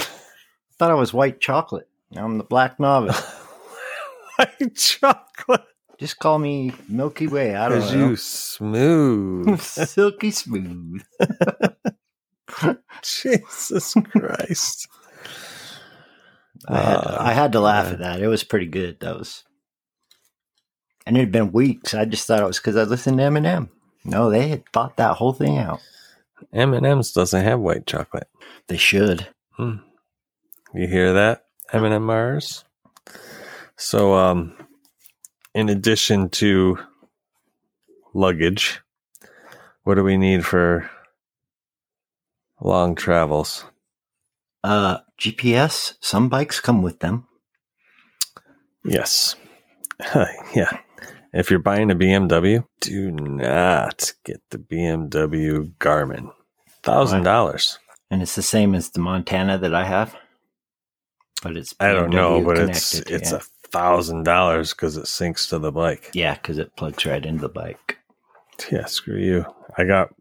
Speaker 1: Thought I was white chocolate. Now I'm the
Speaker 2: [LAUGHS]
Speaker 1: black novice.
Speaker 2: [LAUGHS] White chocolate. [LAUGHS]
Speaker 1: Just call me Milky Way. I
Speaker 2: Because
Speaker 1: don't
Speaker 2: you
Speaker 1: know.
Speaker 2: smooth.
Speaker 1: [LAUGHS] Silky smooth.
Speaker 2: [LAUGHS] Jesus Christ.
Speaker 1: I had,
Speaker 2: Uh,
Speaker 1: I had to laugh
Speaker 2: yeah.
Speaker 1: at that. It was pretty good. That was, and it had been weeks. I just thought it was because I listened to Eminem. No, they had thought that whole thing out.
Speaker 2: M&M's doesn't have white chocolate.
Speaker 1: They should.
Speaker 2: You hear that? M&M's. So, um, in addition to luggage, what do we need for long travels?
Speaker 1: Uh, GPS. Some bikes come with them.
Speaker 2: Yes. [LAUGHS] yeah. If you're buying a BMW, do not get the BMW Garmin. Thousand dollars.
Speaker 1: and it's the same as the Montana that I have. But it's
Speaker 2: I don't know,
Speaker 1: BMW
Speaker 2: but it's
Speaker 1: connected,
Speaker 2: it's
Speaker 1: yeah.
Speaker 2: a thousand dollars because it syncs to the bike.
Speaker 1: yeah, because it plugs right into the bike.
Speaker 2: Yeah, screw you. I got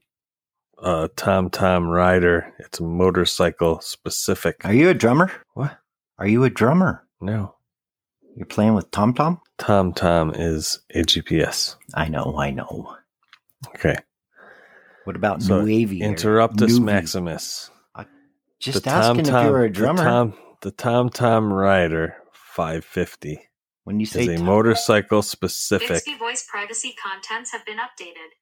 Speaker 2: a Tom Tom Rider. It's motorcycle specific.
Speaker 1: Are you a drummer?
Speaker 2: What?
Speaker 1: Are you a drummer?
Speaker 2: no.
Speaker 1: You're playing with Tom Tom?
Speaker 2: Tom Tom is a GPS.
Speaker 1: I know, I know.
Speaker 2: Okay.
Speaker 1: What about
Speaker 2: So,
Speaker 1: Nuavi? or
Speaker 2: Interruptus
Speaker 1: Nuvi?
Speaker 2: Maximus.
Speaker 1: Just
Speaker 2: The
Speaker 1: asking if
Speaker 2: Tom-Tom-
Speaker 1: you were a
Speaker 2: The
Speaker 1: drummer.
Speaker 2: Tom, the Tom Tom Rider 550
Speaker 1: when you
Speaker 2: is
Speaker 1: say
Speaker 2: a
Speaker 1: Tom-
Speaker 2: motorcycle specific.
Speaker 4: Bixby voice privacy contents have been updated.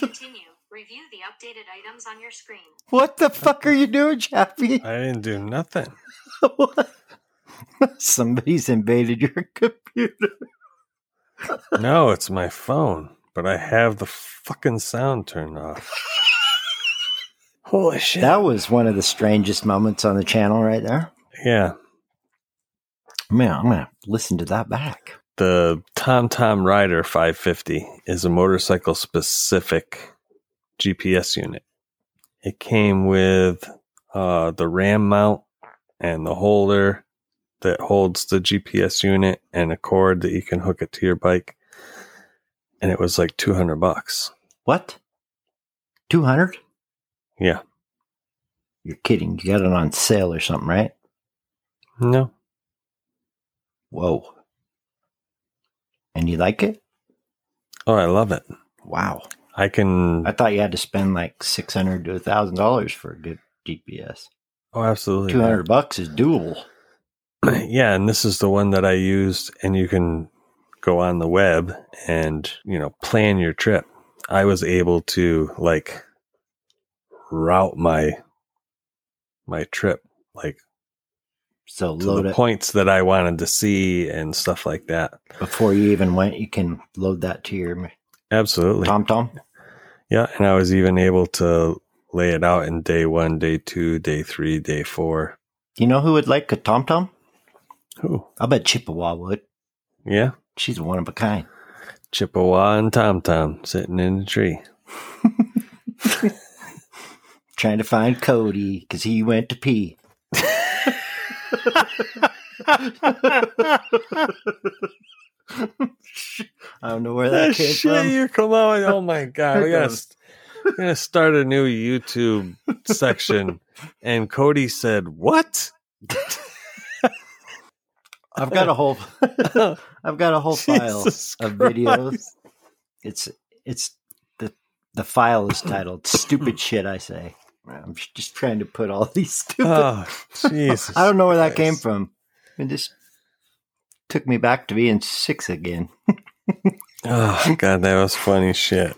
Speaker 4: Continue. Review the updated items on your screen.
Speaker 1: [LAUGHS] What the fuck are you doing, Chappie? [LAUGHS]
Speaker 2: I didn't do nothing.
Speaker 1: Somebody's invaded your computer.
Speaker 2: No, it's my phone, but I have the fucking sound turned
Speaker 1: [LAUGHS]
Speaker 2: off. Holy shit.
Speaker 1: That was one of the strangest moments on the channel right there.
Speaker 2: yeah.
Speaker 1: Man, I'm going to listen to that back.
Speaker 2: The Tom Tom Rider 550 is a motorcycle specific GPS unit. It came with uh, the RAM mount and the holder that holds the GPS unit and a cord that you can hook it to your bike. And it was like 200 bucks.
Speaker 1: What? 200?
Speaker 2: Yeah.
Speaker 1: You're kidding. You got it on sale or something, right?
Speaker 2: No.
Speaker 1: Whoa. And you like it?
Speaker 2: Oh, I love it.
Speaker 1: Wow.
Speaker 2: I can.
Speaker 1: I thought you had to spend like 600 to $1,000 for a good GPS.
Speaker 2: Oh, absolutely.
Speaker 1: 200 bucks is doable.
Speaker 2: [CLEARS THROAT] yeah, and this is the one that I used, and you can go on the web and you know plan your trip. I was able to like route my my trip like
Speaker 1: So
Speaker 2: to
Speaker 1: load
Speaker 2: the
Speaker 1: it
Speaker 2: points that I wanted to see and stuff like that.
Speaker 1: before you even went. You can load that to your
Speaker 2: Absolutely,
Speaker 1: TomTom.
Speaker 2: yeah. And I was even able to lay it out in day one, day two, day three, day four.
Speaker 1: You know who would like a TomTom?
Speaker 2: Who?
Speaker 1: I bet Chippewa would.
Speaker 2: Yeah,
Speaker 1: She's one of a kind.
Speaker 2: Chippewa and Tom Tom sitting in a tree.
Speaker 1: Trying to find Cody because he went
Speaker 2: [LAUGHS]
Speaker 1: to pee. [LAUGHS] I don't know where that,
Speaker 2: that
Speaker 1: came
Speaker 2: shit
Speaker 1: from.
Speaker 2: you come out with- oh
Speaker 1: [LAUGHS]
Speaker 2: my god we gotta,
Speaker 1: Goes.
Speaker 2: we gotta start a new youtube section and cody said what
Speaker 1: I've got a [LAUGHS] whole I've got a whole
Speaker 2: [LAUGHS]
Speaker 1: file
Speaker 2: Jesus
Speaker 1: of
Speaker 2: Christ.
Speaker 1: videos. It's it's the the file
Speaker 2: Oh,
Speaker 1: is
Speaker 2: [CLEARS THROAT]
Speaker 1: titled "Stupid Shit I Say." I'm just trying to put all [LAUGHS] these
Speaker 2: [LAUGHS]
Speaker 1: stupid.
Speaker 2: oh jesus
Speaker 1: I don't know where that came
Speaker 2: Christ.
Speaker 1: from. It just took me back to being six again.
Speaker 2: oh god that was funny
Speaker 1: [LAUGHS]
Speaker 2: shit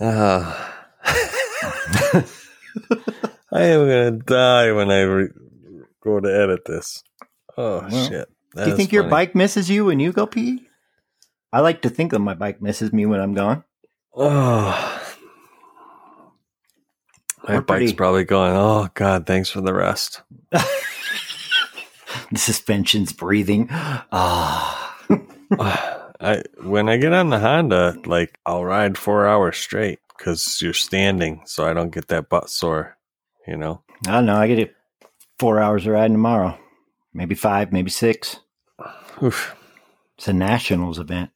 Speaker 2: oh. [LAUGHS] i am gonna die when i re- go to edit this oh
Speaker 1: Well,
Speaker 2: shit
Speaker 1: Do you think your bike misses you when you go pee? I like to think that my bike misses me when I'm gone. [LAUGHS]
Speaker 2: oh my
Speaker 1: We're
Speaker 2: bike's
Speaker 1: pretty-
Speaker 2: probably going oh god thanks for the
Speaker 1: [LAUGHS]
Speaker 2: rest [SIGHS]
Speaker 1: The suspension's breathing. [GASPS] Ah,
Speaker 2: I when I get on the Honda, like I'll ride four hours straight because you're standing, so I don't get that butt sore. You know,
Speaker 1: I don't know. I get it four hours of riding tomorrow, maybe five, maybe six.
Speaker 2: Oof.
Speaker 1: It's a nationals event.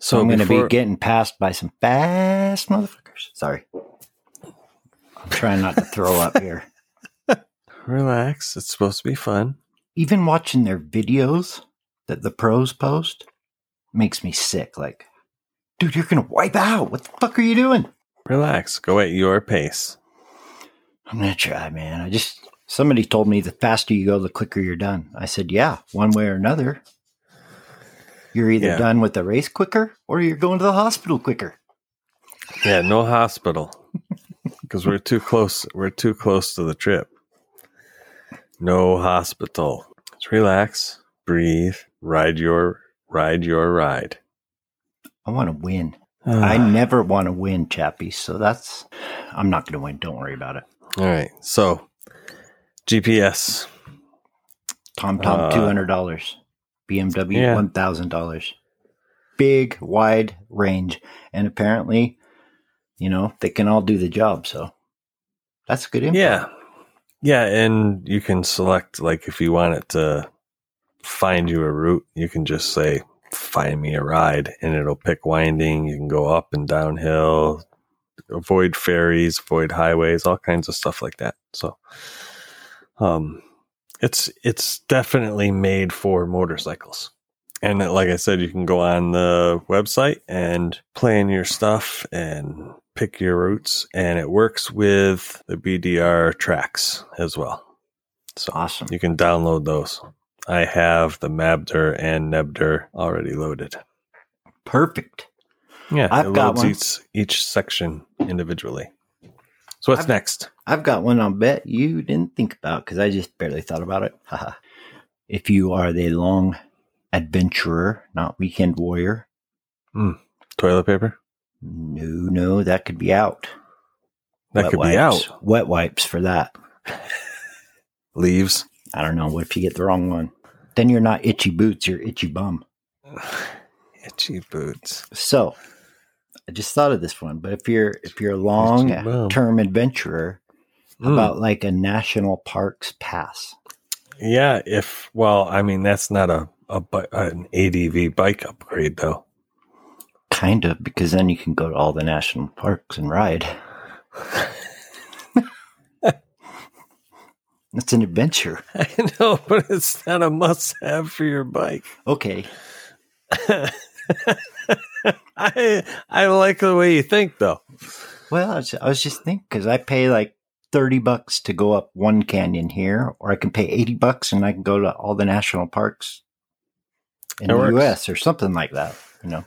Speaker 2: so
Speaker 1: I'm going to be
Speaker 2: before-
Speaker 1: getting passed by some fast motherfuckers. Sorry. I'm trying not to throw
Speaker 2: [LAUGHS]
Speaker 1: up here.
Speaker 2: relax. It's supposed to be fun.
Speaker 1: Even watching their videos that the pros post makes me sick. Like, dude, you're going to wipe out. What the fuck are you doing?
Speaker 2: Relax. Go at your pace.
Speaker 1: I'm going to try, man. I just, somebody told me the faster you go, the quicker you're done. I said, yeah, one way or another. You're either
Speaker 2: Yeah.
Speaker 1: done with the race quicker or you're going to the hospital quicker.
Speaker 2: Yeah, no hospital because we're too close. We're too close to the trip. No hospital. Just relax. Breathe. Ride your ride your ride.
Speaker 1: I want to win. I
Speaker 2: Uh-huh.
Speaker 1: never want to win, Chappie. So that's I'm not going to win. Don't worry about it.
Speaker 2: All right. So GPS.
Speaker 1: Tom Tom
Speaker 2: Uh,
Speaker 1: two hundred dollars, BMW
Speaker 2: Yeah.
Speaker 1: one thousand dollars. Big wide range, and apparently, you know they can all do the job. So that's good. Info.
Speaker 2: Yeah. Yeah, and you can select like if you want it to find you a route, you can just say find me a ride and it'll pick winding, you can go up and downhill, avoid ferries, avoid highways, all kinds of stuff like that. So um it's it's definitely made for motorcycles. And like I said, you can go on the website and plan your stuff and pick your routes. And it works with the BDR tracks as well.
Speaker 1: awesome.
Speaker 2: You can download those. I have the Mabder and Nebder already loaded.
Speaker 1: Perfect.
Speaker 2: Yeah,
Speaker 1: I've
Speaker 2: it
Speaker 1: got
Speaker 2: loads
Speaker 1: one.
Speaker 2: each each section individually. So what's
Speaker 1: I've-
Speaker 2: next?
Speaker 1: I've got one I'll bet you didn't think about because I just barely thought about it. Haha. if you are the long adventurer, not weekend warrior,
Speaker 2: Toilet paper
Speaker 1: no, no, that could be out.
Speaker 2: that
Speaker 1: Wet
Speaker 2: could be
Speaker 1: wipes.
Speaker 2: out.
Speaker 1: Wet wipes for that.
Speaker 2: Leaves.
Speaker 1: I don't know. What if you get the wrong one? Then you're not itchy boots, you're itchy bum.
Speaker 2: [SIGHS] Itchy boots.
Speaker 1: So I just thought of this one, but if you're if you're a long term adventurer,
Speaker 2: Mm.
Speaker 1: about like a national parks pass.
Speaker 2: Yeah, if well, I mean that's not a a bi- an ADV bike upgrade though. [LAUGHS]
Speaker 1: Kind of, because then you can go to all the national parks
Speaker 2: [LAUGHS]
Speaker 1: and ride. [LAUGHS] That's an adventure.
Speaker 2: I know, but it's not a must have for your bike.
Speaker 1: Okay.
Speaker 2: I I like the way you think though.
Speaker 1: Well, I was, I was just thinking because I pay like 30 bucks to go up one canyon here, or I can pay 80 bucks and I can go to all the national parks in
Speaker 2: That
Speaker 1: the
Speaker 2: works.
Speaker 1: US or something like that, you know.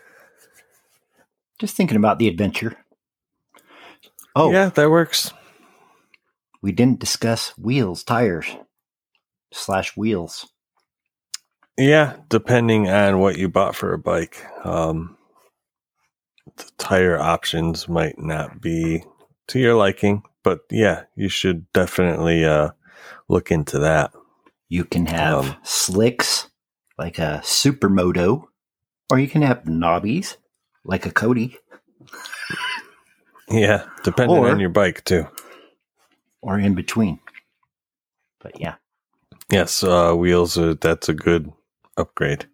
Speaker 1: Just thinking about the adventure. Oh,
Speaker 2: Yeah, that works.
Speaker 1: we didn't discuss wheels, tires, slash wheels.
Speaker 2: Yeah, depending on what you bought for a bike, um, the tire options might not be to your liking. But yeah, you should definitely uh, look into that.
Speaker 1: You can have
Speaker 2: Um,
Speaker 1: slicks like a supermoto, or you can have knobbies like a Cody,
Speaker 2: Yeah, depending
Speaker 1: Or-
Speaker 2: on your bike too.
Speaker 1: or in between. But yeah,
Speaker 2: Yes, uh, wheels are that's a good upgrade.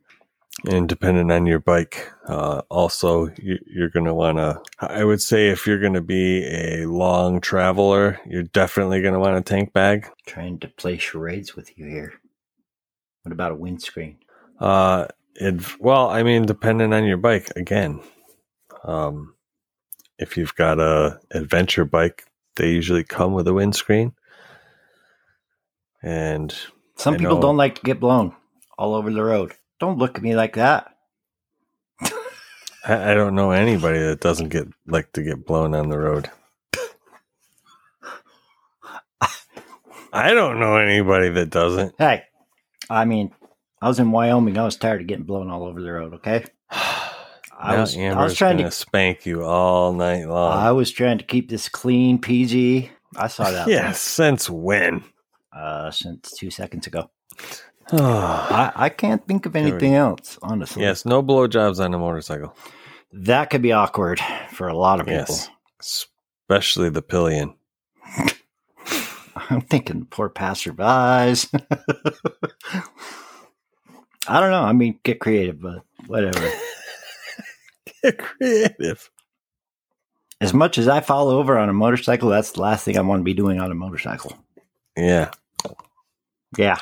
Speaker 2: And depending on your bike, uh, also you, you're going to want to. I would say if you're going to be a long traveler, you're definitely going to want a tank bag.
Speaker 1: trying to play charades with you here. What about a windscreen?
Speaker 2: Uh, it, well, I mean, depending on your bike, again, um, if you've got a adventure bike, they usually come with a windscreen. And
Speaker 1: Some
Speaker 2: I
Speaker 1: people
Speaker 2: know.
Speaker 1: don't like to get blown all over the road. Don't look at me like that.
Speaker 2: I, I don't know anybody that doesn't get like to get blown on the road. I don't know anybody that doesn't. [SIGHS]
Speaker 1: Hey, I mean, I was in Wyoming. I was tired of getting blown all over the road. Okay, [SIGHS] I
Speaker 2: Now
Speaker 1: was. I was
Speaker 2: Amber's
Speaker 1: trying
Speaker 2: gonna
Speaker 1: to.
Speaker 2: spank you all night long.
Speaker 1: I was trying to keep this clean, PG.
Speaker 2: [LAUGHS]
Speaker 1: I saw that.
Speaker 2: yeah, since when?
Speaker 1: Uh, since two
Speaker 2: [SIGHS]
Speaker 1: seconds ago.
Speaker 2: yes,
Speaker 1: [SIGHS] I, I can't think of
Speaker 2: we
Speaker 1: anything else, honestly.
Speaker 2: no blowjobs on a motorcycle,
Speaker 1: That could be awkward for a lot of people.
Speaker 2: Yes. especially the pillion. [LAUGHS]
Speaker 1: I'm thinking poor passerbys. I don't know. I mean, get creative, but whatever.
Speaker 2: Get creative.
Speaker 1: as much as I fall over on a motorcycle, that's the last thing I want to be doing on a motorcycle.
Speaker 2: Yeah.
Speaker 1: Yeah.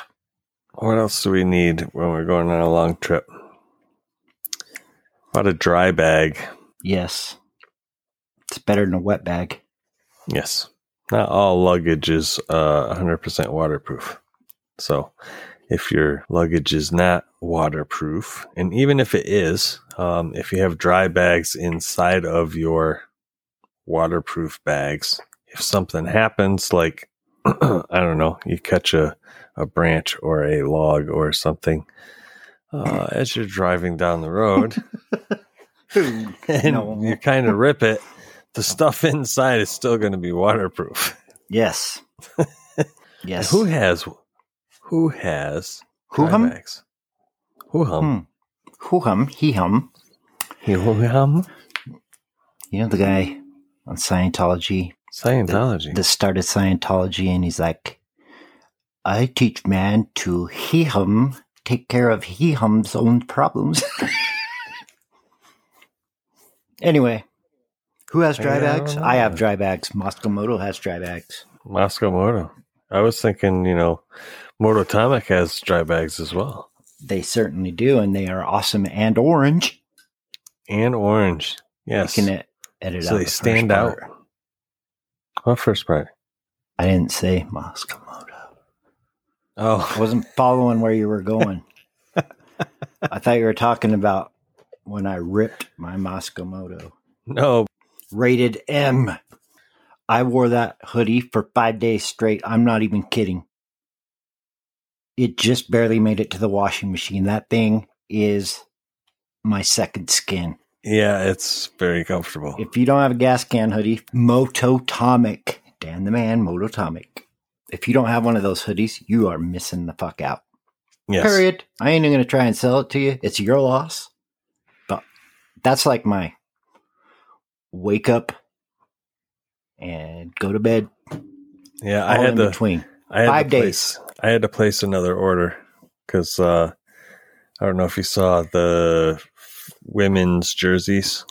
Speaker 2: What else do we need when we're going on a long trip? About a dry bag.
Speaker 1: Yes. It's better than a wet bag.
Speaker 2: Yes. Not all luggage is uh, 100% waterproof. So if your luggage is not waterproof, and even if it is, um, if you have dry bags inside of your waterproof bags, if something happens, like, [CLEARS THROAT] I don't know, you catch a, a branch or a log or something uh, as you're driving down the road, and
Speaker 1: No.
Speaker 2: you kind of rip it, the stuff inside is still going to be waterproof.
Speaker 1: Yes. yes.
Speaker 2: Who has who has
Speaker 1: Who
Speaker 2: dry
Speaker 1: hum?
Speaker 2: bags? Who hum?
Speaker 1: Hmm. Who hum? He hum. Hmm.
Speaker 2: Hey, who hum?
Speaker 1: You know the guy on Scientology
Speaker 2: Scientology.
Speaker 1: that started Scientology, and he's like, "I teach man to he hum, take care of he hum's own problems." [LAUGHS] anyway, who has
Speaker 2: Yeah,
Speaker 1: dry
Speaker 2: I don't
Speaker 1: bags?
Speaker 2: know.
Speaker 1: I have dry bags. Moscow Moto has dry bags.
Speaker 2: Moscow Moto. I was thinking, you know, Moto Atomic has dry bags as well.
Speaker 1: They certainly do, and they are awesome and orange.
Speaker 2: And orange.
Speaker 1: I
Speaker 2: Yes.
Speaker 1: can e- edit
Speaker 2: So
Speaker 1: out
Speaker 2: they
Speaker 1: the
Speaker 2: stand
Speaker 1: first
Speaker 2: out.
Speaker 1: part.
Speaker 2: What first part?
Speaker 1: I didn't say Moscow Moto. I
Speaker 2: Oh. [LAUGHS]
Speaker 1: wasn't following where you were going. I thought you were talking about when I ripped my Moscomoto.
Speaker 2: No,
Speaker 1: rated M. I wore that hoodie for five days straight. I'm not even kidding. It just barely made it to the washing machine. That thing is my second skin.
Speaker 2: yeah, it's very comfortable.
Speaker 1: If you don't have a gas can hoodie, Mototomic, Dan the man, Mototomic. If you don't have one of those hoodies, you are missing the fuck out.
Speaker 2: yes,
Speaker 1: Period. I ain't even gonna try and sell it to you. It's your loss. But that's like my wake up and go to bed.
Speaker 2: yeah,
Speaker 1: All
Speaker 2: I
Speaker 1: in
Speaker 2: had to.
Speaker 1: between.
Speaker 2: I had
Speaker 1: Five
Speaker 2: to place, I had to place another order because uh, I don't know if you saw the women's jerseys.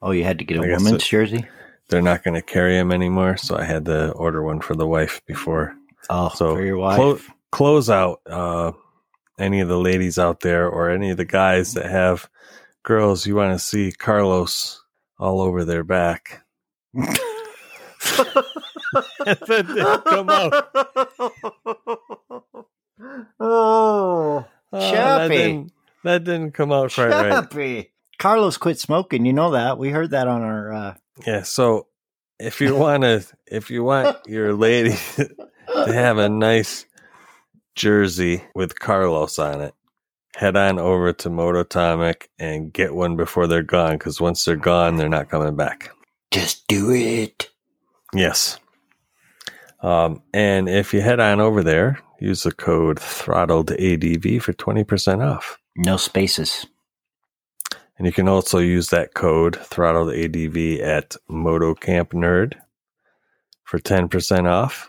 Speaker 1: Oh, you had to get a
Speaker 2: I guess
Speaker 1: woman's
Speaker 2: it-
Speaker 1: jersey.
Speaker 2: They're not going to carry them anymore, so I had to order one for the wife before
Speaker 1: Oh,
Speaker 2: so
Speaker 1: for your wife. [LAUGHS]
Speaker 2: clo- close out uh, any of the ladies out there or any of the guys that have girls you want to see Carlos all over their [LAUGHS] back. and then they [LAUGHS] come out.
Speaker 1: oh,
Speaker 2: Oh, that,
Speaker 1: Chappy.
Speaker 2: didn't, that didn't come out quite
Speaker 1: [LAUGHS]
Speaker 2: right.
Speaker 1: Chappy. Carlos quit smoking. You know that. We heard that on our. Uh,
Speaker 2: Yeah, so if you want to, if you want your lady [LAUGHS] to have a nice jersey with Carlos on it, head on over to Mototomic and get one before they're gone. Because once they're gone, they're not coming back.
Speaker 1: Just do it.
Speaker 2: Yes. Um, and if you head on over there, use the code throttled ADV for 20% off.
Speaker 1: No spaces.
Speaker 2: And you can also use that code throttled ADV at Motocamp Nerd for 10% off.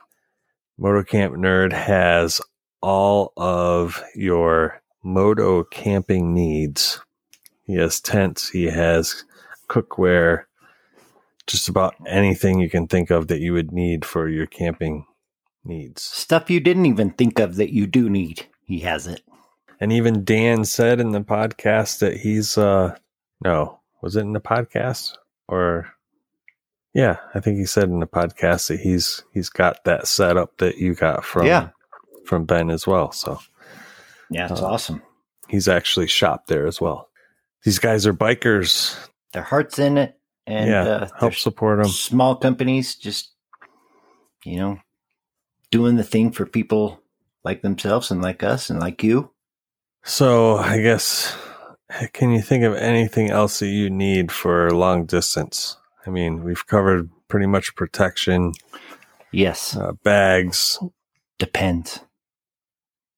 Speaker 2: Motocamp Nerd has all of your moto camping needs. He has tents, he has cookware, just about anything you can think of that you would need for your camping needs.
Speaker 1: Stuff you didn't even think of that you do need. He has it.
Speaker 2: And even Dan said in the podcast that he's uh no, was it in the podcast or yeah, I think he said in the podcast that he's he's got that setup that you got from
Speaker 1: Yeah.
Speaker 2: from Ben as well. So
Speaker 1: Yeah, it's
Speaker 2: Uh,
Speaker 1: awesome.
Speaker 2: he's actually shopped there as well. These guys are bikers.
Speaker 1: Their heart's in it, and
Speaker 2: yeah,
Speaker 1: uh,
Speaker 2: help
Speaker 1: there's
Speaker 2: support them.
Speaker 1: small companies just, you know, doing the thing for people like themselves and like us and like you.
Speaker 2: So I guess can you think of anything else that you need for long distance? I mean, we've covered pretty much protection,
Speaker 1: Yes,
Speaker 2: uh, bags.
Speaker 1: depends,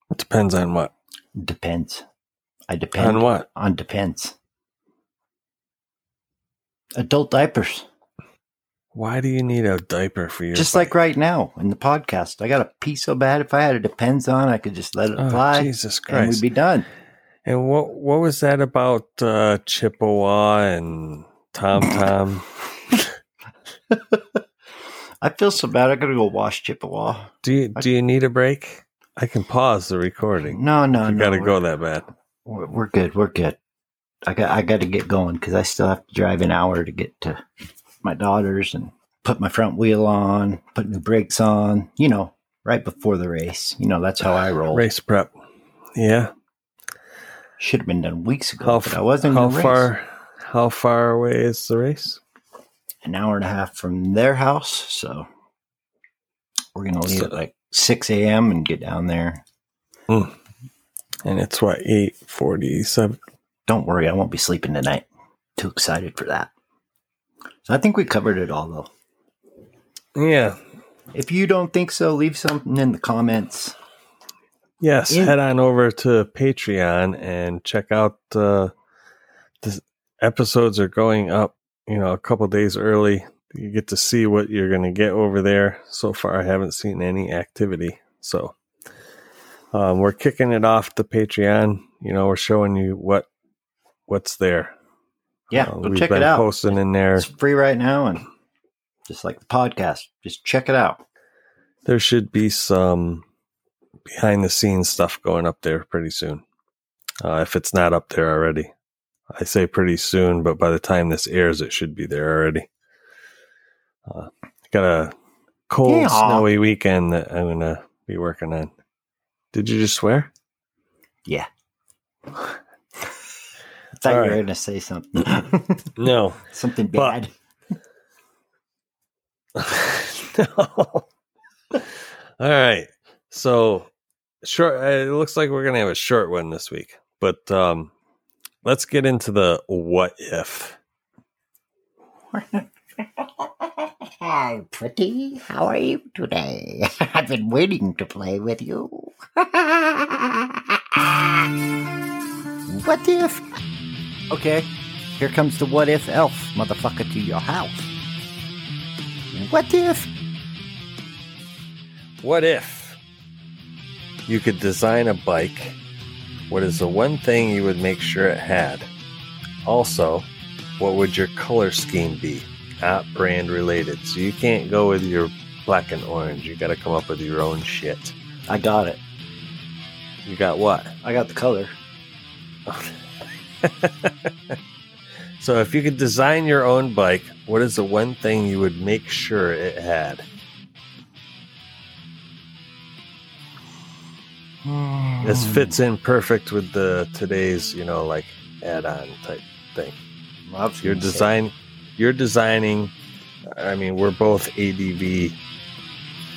Speaker 2: It depends on what.
Speaker 1: depends. I depend
Speaker 2: On what?
Speaker 1: on depends. Adult diapers,
Speaker 2: Why do you need a diaper for your
Speaker 1: just like
Speaker 2: bike?
Speaker 1: right now in the podcast, I got a pee so bad. If I had a depends on, I could just let it
Speaker 2: Oh,
Speaker 1: fly,
Speaker 2: Jesus
Speaker 1: and we'd
Speaker 2: Christ!
Speaker 1: be done.
Speaker 2: and what what was that about uh, Chippewa and
Speaker 1: [COUGHS]
Speaker 2: Tom Tom?
Speaker 1: I feel so bad. I gotta go wash Chippewa.
Speaker 2: do you do you need a break? I can pause the recording.
Speaker 1: No, no,
Speaker 2: you
Speaker 1: Mm, no.
Speaker 2: gotta
Speaker 1: we're-
Speaker 2: go that bad.
Speaker 1: We're, we're good. We're good. I got I got to get going because I still have to drive an hour to get to my daughter's and put my front wheel on, put new brakes on. You know, right before the race. You know, that's
Speaker 2: [SIGHS]
Speaker 1: how I roll.
Speaker 2: Race prep. Yeah.
Speaker 1: Should have been done weeks ago,
Speaker 2: How
Speaker 1: but
Speaker 2: f-
Speaker 1: I wasn't.
Speaker 2: how
Speaker 1: in the race.
Speaker 2: far? How far away is the race?
Speaker 1: An hour and a half from their house, so we're gonna leave
Speaker 2: So-
Speaker 1: at like six a.m. and get down there.
Speaker 2: And it's what eight forty seven.
Speaker 1: Don't worry, I won't be sleeping tonight. Too excited for that. So I think we covered it all though.
Speaker 2: Yeah.
Speaker 1: If you don't think so, leave something in the comments.
Speaker 2: Yes,
Speaker 1: In-
Speaker 2: head on over to Patreon and check out uh, the episodes are going up, you know, a couple days early. You get to see what you're going to get over there. So far, I haven't seen any activity. So um, we're kicking it off the Patreon. You know, we're showing you what what's there.
Speaker 1: Yeah,
Speaker 2: Uh,
Speaker 1: go
Speaker 2: we've
Speaker 1: check
Speaker 2: been
Speaker 1: it out.
Speaker 2: Posting in there.
Speaker 1: It's free right now, and just like the podcast, just check it out.
Speaker 2: There should be some behind the scenes stuff going up there pretty soon. Uh, if it's not up there already, I say pretty soon, but by the time this airs, it should be there already. Uh, got a cold,
Speaker 1: Yeehaw.
Speaker 2: snowy weekend that I'm gonna be working on. Did you just swear?
Speaker 1: Yeah. thought
Speaker 2: All
Speaker 1: you were
Speaker 2: right.
Speaker 1: going to say something. [LAUGHS]
Speaker 2: No.
Speaker 1: something
Speaker 2: But-
Speaker 1: bad.
Speaker 2: [LAUGHS] no. All right. So short. uh, It looks like we're gonna have a short one this week, but um, let's get into the what if.
Speaker 5: Hi, pretty. How are you today? [LAUGHS] I've been waiting to play with you. [LAUGHS]
Speaker 1: What if? Okay, here comes the what if elf, motherfucker, to your house. What if?
Speaker 2: What if you could design a bike? What is the one thing you would make sure it had? Also, what would your color scheme be? Not brand related. So you can't go with your black and orange. You got to come up with your own shit.
Speaker 1: I got it.
Speaker 2: You got what?
Speaker 1: I got the color.
Speaker 2: so if you could design your own bike, what is the one thing you would make sure it had?
Speaker 5: Hmm.
Speaker 2: This
Speaker 1: Hmm.
Speaker 2: fits in perfect with the today's, you know, like add-on type thing.
Speaker 1: Love
Speaker 2: You're design you're designing I mean, we're both ADV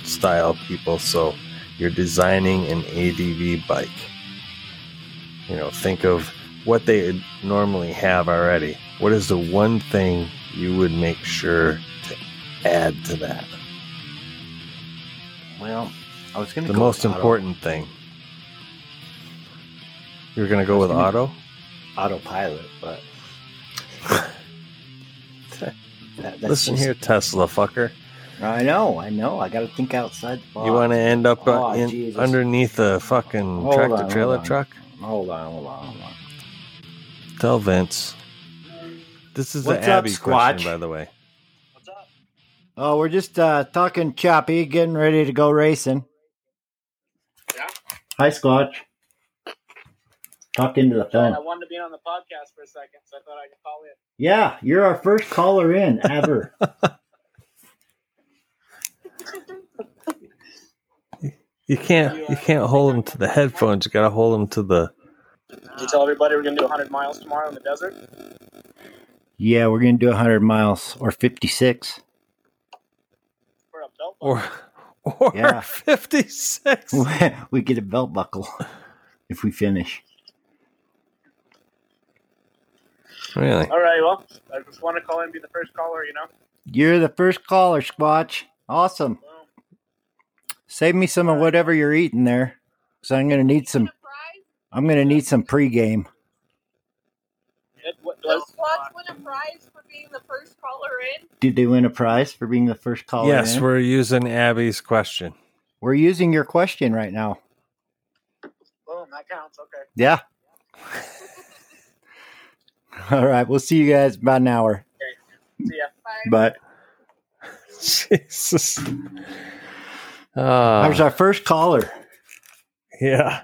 Speaker 2: style people, so you're designing an ADV bike. You know, think of what they normally have already. What is the one thing you would make sure to add to that?
Speaker 1: Well, I was going to
Speaker 2: The most important thing. You're going to go with auto?
Speaker 1: autopilot,
Speaker 2: [LAUGHS]
Speaker 1: but that, that's
Speaker 2: Listen
Speaker 1: just-
Speaker 2: here, Tesla fucker.
Speaker 1: I know, I know. I got to think outside the box.
Speaker 2: You want to end up uh,
Speaker 1: Oh,
Speaker 2: in,
Speaker 1: Jesus.
Speaker 2: underneath a fucking
Speaker 1: Hold on,
Speaker 2: tractor
Speaker 1: hold
Speaker 2: trailer
Speaker 1: on.
Speaker 2: truck?
Speaker 1: Hold on, hold on, hold on.
Speaker 2: Tell Vince. This is
Speaker 1: What's
Speaker 2: the
Speaker 1: up,
Speaker 2: Abby question,
Speaker 1: Squatch?
Speaker 2: by the way.
Speaker 1: Oh, we're just uh, talking choppy, getting ready to go racing.
Speaker 6: Yeah?
Speaker 1: Hi, Squatch. Talk into the phone.
Speaker 6: I wanted to be on the podcast for a second, so I thought I could call in.
Speaker 1: Yeah, you're our first caller in [LAUGHS] ever.
Speaker 2: You can't you can't hold him to the headphones. You gotta hold him to the.
Speaker 6: Did you tell everybody we're going to do 100 miles tomorrow in the desert?
Speaker 1: yeah, we're gonna do 100 miles or 56.
Speaker 6: For a belt buckle.
Speaker 2: Or [LAUGHS] or
Speaker 1: Yeah.
Speaker 2: fifty six.
Speaker 1: [LAUGHS] we get a belt buckle [LAUGHS] if we finish.
Speaker 2: Really?
Speaker 6: All right, well, I just want to call in and be the first caller, you know?
Speaker 1: You're the first caller, Squatch. Awesome.
Speaker 6: Well,
Speaker 1: Save me some of whatever you're eating there, cause I'm gonna need some. I'm gonna need some pregame.
Speaker 6: it, what,
Speaker 7: Does
Speaker 6: does,
Speaker 7: Squatch win a prize for being the first caller in?
Speaker 1: Did they win a prize for being the first caller?
Speaker 2: Yes,
Speaker 1: in?
Speaker 2: we're using Abby's question. [LAUGHS]
Speaker 1: we're using your question right now.
Speaker 6: boom, that counts. Okay.
Speaker 2: [LAUGHS]
Speaker 1: Yeah. All right, we'll see you guys in about an hour.
Speaker 6: See ya.
Speaker 1: Bye.
Speaker 2: Jesus.
Speaker 1: I was
Speaker 2: Uh,
Speaker 1: our first caller. [SIGHS]
Speaker 2: yeah.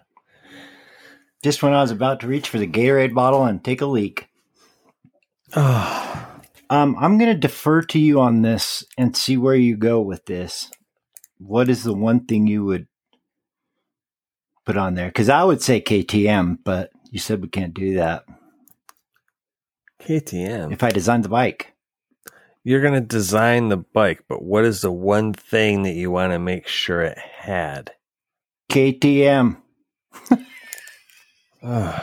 Speaker 2: [SIGHS]
Speaker 1: Just when I was about to reach for the Gatorade bottle and take a leak.
Speaker 2: Oh,
Speaker 1: Um, I'm going to defer to you on this and see where you go with this. What is the one thing you would put on there? Because I would say KTM, but you said we can't do that.
Speaker 2: KTM.
Speaker 1: If I designed the bike,
Speaker 2: You're gonna design the bike, but what is the one thing that you want to make sure it
Speaker 1: [SIGHS]
Speaker 2: had?
Speaker 1: KTM.
Speaker 2: Ugh.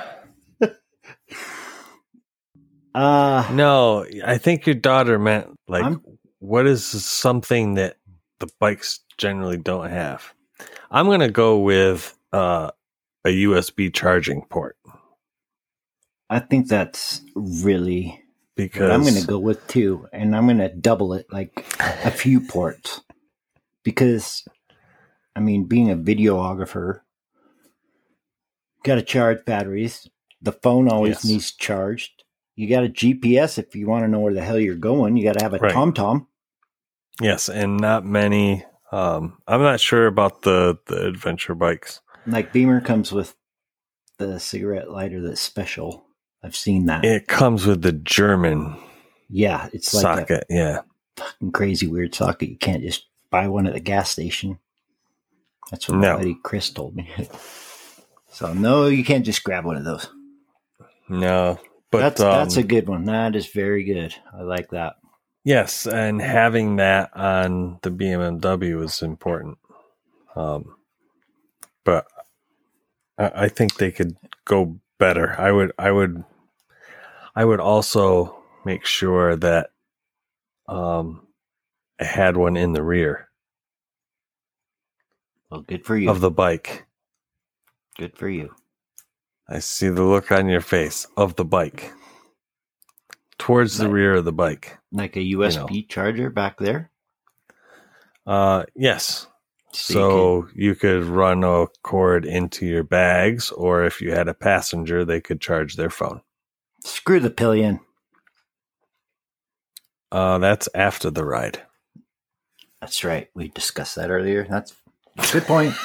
Speaker 1: Uh,
Speaker 2: No, I think your daughter meant like
Speaker 1: I'm-
Speaker 2: what is something that the bikes generally don't have. I'm gonna go with uh, a USB charging port
Speaker 1: I think that's really
Speaker 2: because
Speaker 1: what I'm going to go with two, and I'm going to double it like
Speaker 2: [LAUGHS]
Speaker 1: a few ports because, I mean, being a videographer, got to charge batteries. The phone always
Speaker 2: Yes.
Speaker 1: needs charged. You got a GPS if you want to know where the hell you're going. You got to have a
Speaker 2: Right.
Speaker 1: TomTom.
Speaker 2: yes, and not many. Um, I'm not sure about the the adventure bikes.
Speaker 1: Like Beamer comes with the cigarette lighter that's special. I've seen that.
Speaker 2: It comes with the German
Speaker 1: yeah, it's like a
Speaker 2: socket. yeah,
Speaker 1: fucking crazy weird socket. You can't just buy one at the gas station. That's what
Speaker 2: No.
Speaker 1: my buddy Chris [LAUGHS] told me. so no, you can't just grab one of those.
Speaker 2: no, But
Speaker 1: that's that's
Speaker 2: um,
Speaker 1: a good one. That is very good. I like that.
Speaker 2: Yes, and having that on the BMW is important. Um, but I, I think they could go better. I would, I would, I would also make sure that um, I had one in the rear
Speaker 1: Well, good for you.
Speaker 2: of the bike.
Speaker 1: good for you.
Speaker 2: I see the look on your face of the bike towards the rear of the bike.
Speaker 1: Like a USB charger back there.
Speaker 2: Uh, yes,
Speaker 1: So
Speaker 2: So you could run a cord into your bags, or if you had a passenger, they could charge their phone.
Speaker 1: Screw the pillion.
Speaker 2: Uh, that's after the ride.
Speaker 1: That's right. We discussed that earlier. That's
Speaker 2: [LAUGHS]
Speaker 1: good point.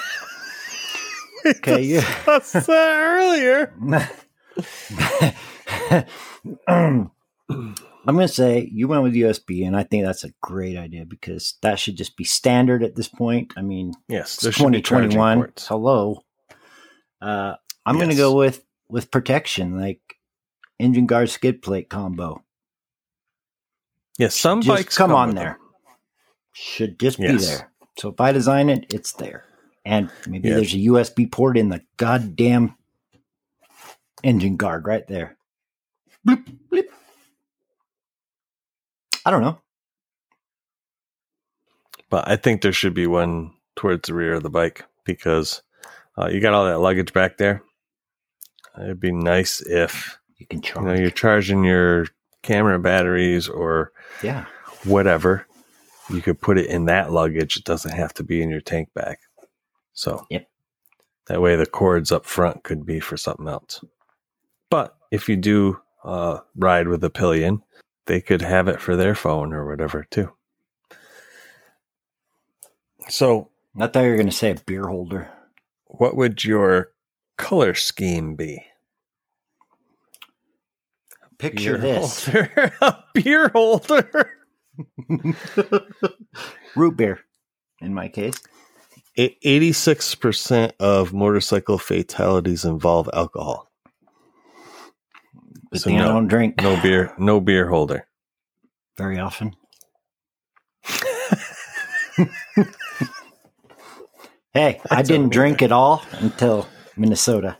Speaker 1: okay, yeah.
Speaker 2: That's
Speaker 1: [LAUGHS]
Speaker 2: earlier.
Speaker 1: I'm going to say you went with USB, and I think that's a great idea because that should just be standard at this point. I mean,
Speaker 2: Yes,
Speaker 1: it's
Speaker 2: there should be charging
Speaker 1: 2021.
Speaker 2: ports.
Speaker 1: Hello. Uh, I'm going to
Speaker 2: Yes.
Speaker 1: go with with protection, like engine guard skid plate combo.
Speaker 2: Yes, some
Speaker 1: Just
Speaker 2: bikes
Speaker 1: come, on
Speaker 2: with
Speaker 1: there.
Speaker 2: them.
Speaker 1: Should just be
Speaker 2: Yes.
Speaker 1: there. So if I design it, it's there. And maybe
Speaker 2: Yeah.
Speaker 1: there's a USB port in the goddamn engine guard right there. Bloop, bloop. I don't know.
Speaker 2: But I think there should be one towards the rear of the bike because uh, you got all that luggage back there. It'd be nice if
Speaker 1: You can
Speaker 2: you
Speaker 1: charge.
Speaker 2: know you're charging your camera batteries or
Speaker 1: yeah.
Speaker 2: whatever. You could put it in that luggage. It doesn't have to be in your tank bag. So
Speaker 1: Yep.
Speaker 2: that way the cords up front could be for something else. But if you do uh, ride with a pillion, they could have it for their phone or whatever too. So
Speaker 1: I thought you were going to say a beer holder.
Speaker 2: what would your color scheme be?
Speaker 1: Picture
Speaker 2: Beer
Speaker 1: this
Speaker 2: holder. [LAUGHS] a beer holder.
Speaker 1: root beer, in my case.
Speaker 2: Eighty-six percent of motorcycle fatalities involve alcohol.
Speaker 1: But
Speaker 2: So
Speaker 1: then I
Speaker 2: no.
Speaker 1: don't drink
Speaker 2: No beer, no beer holder.
Speaker 1: very often. hey,
Speaker 2: [LAUGHS]
Speaker 1: I
Speaker 2: That's
Speaker 1: didn't
Speaker 2: okay.
Speaker 1: drink at all until Minnesota.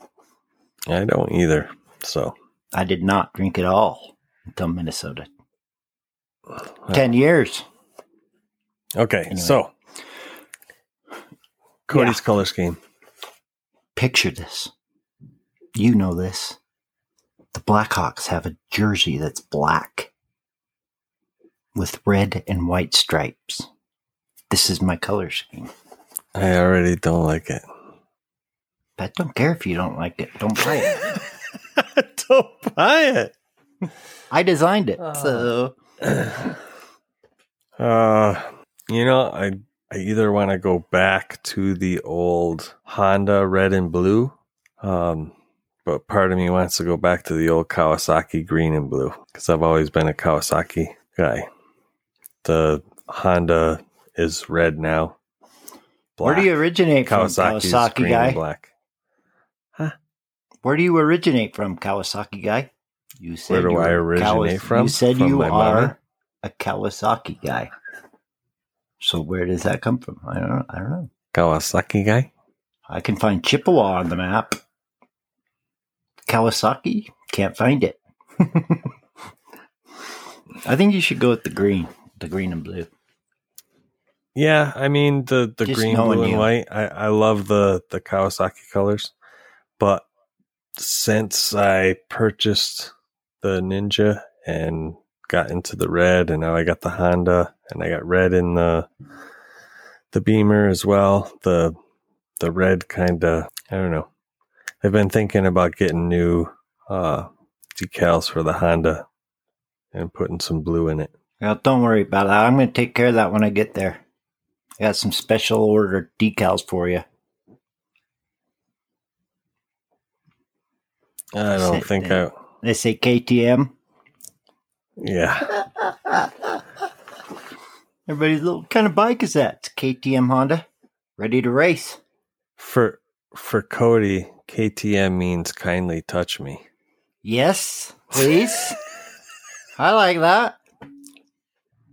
Speaker 2: I don't either. So
Speaker 1: I did not drink at all until Minnesota. Ten years.
Speaker 2: okay,
Speaker 1: Anyway.
Speaker 2: so Cody's color scheme.
Speaker 1: Picture this. You know this. The Blackhawks have a jersey that's black with red and white stripes. This is my color scheme.
Speaker 2: I already don't like it.
Speaker 1: I don't care if you don't like it. Don't play
Speaker 2: [LAUGHS]
Speaker 1: it.
Speaker 2: [LAUGHS] don't buy
Speaker 1: I designed it.
Speaker 2: Oh.
Speaker 1: so
Speaker 2: [SIGHS] it. Uh, you know, I I either want to go back to the old Honda red and blue, um, but part of me wants to go back to the old Kawasaki green and blue because I've always been a Kawasaki guy. The Honda is red now.
Speaker 1: where do you originate from,
Speaker 2: Kawasaki's
Speaker 1: Kawasaki
Speaker 2: green and
Speaker 1: guy?
Speaker 2: black.
Speaker 1: Where do you originate from, Kawasaki guy? You said
Speaker 2: do
Speaker 1: you
Speaker 2: I
Speaker 1: were
Speaker 2: originate from?
Speaker 1: You said
Speaker 2: From
Speaker 1: you
Speaker 2: my
Speaker 1: are
Speaker 2: mother?
Speaker 1: a Kawasaki guy. So where does that come from? I don't. I don't know.
Speaker 2: Kawasaki guy.
Speaker 1: I can find Chippewa on the map. Kawasaki can't find it. [LAUGHS] I think you should go with the green, the green and blue.
Speaker 2: Yeah, I mean the the
Speaker 1: Just
Speaker 2: green,
Speaker 1: knowing
Speaker 2: blue, and
Speaker 1: you.
Speaker 2: white. I I love the the Kawasaki colors, but since I purchased the Ninja and got into the red, and now I got the Honda, and I got red in the the Beamer as well. The the red kind of I don't know. I've been thinking about getting new uh decals for the Honda and putting some blue in it.
Speaker 1: Well, don't worry about that. I'm going to take care of that when I get there. I got some special order decals for you.
Speaker 2: I don't
Speaker 1: Sit
Speaker 2: think I.
Speaker 1: down. They say KTM.
Speaker 2: Yeah,
Speaker 1: Everybody's little kind of bike is that? It's a KTM Honda, ready to race.
Speaker 2: for for Cody, KTM means kindly touch me.
Speaker 1: Yes,
Speaker 2: [LAUGHS]
Speaker 1: please. I like that.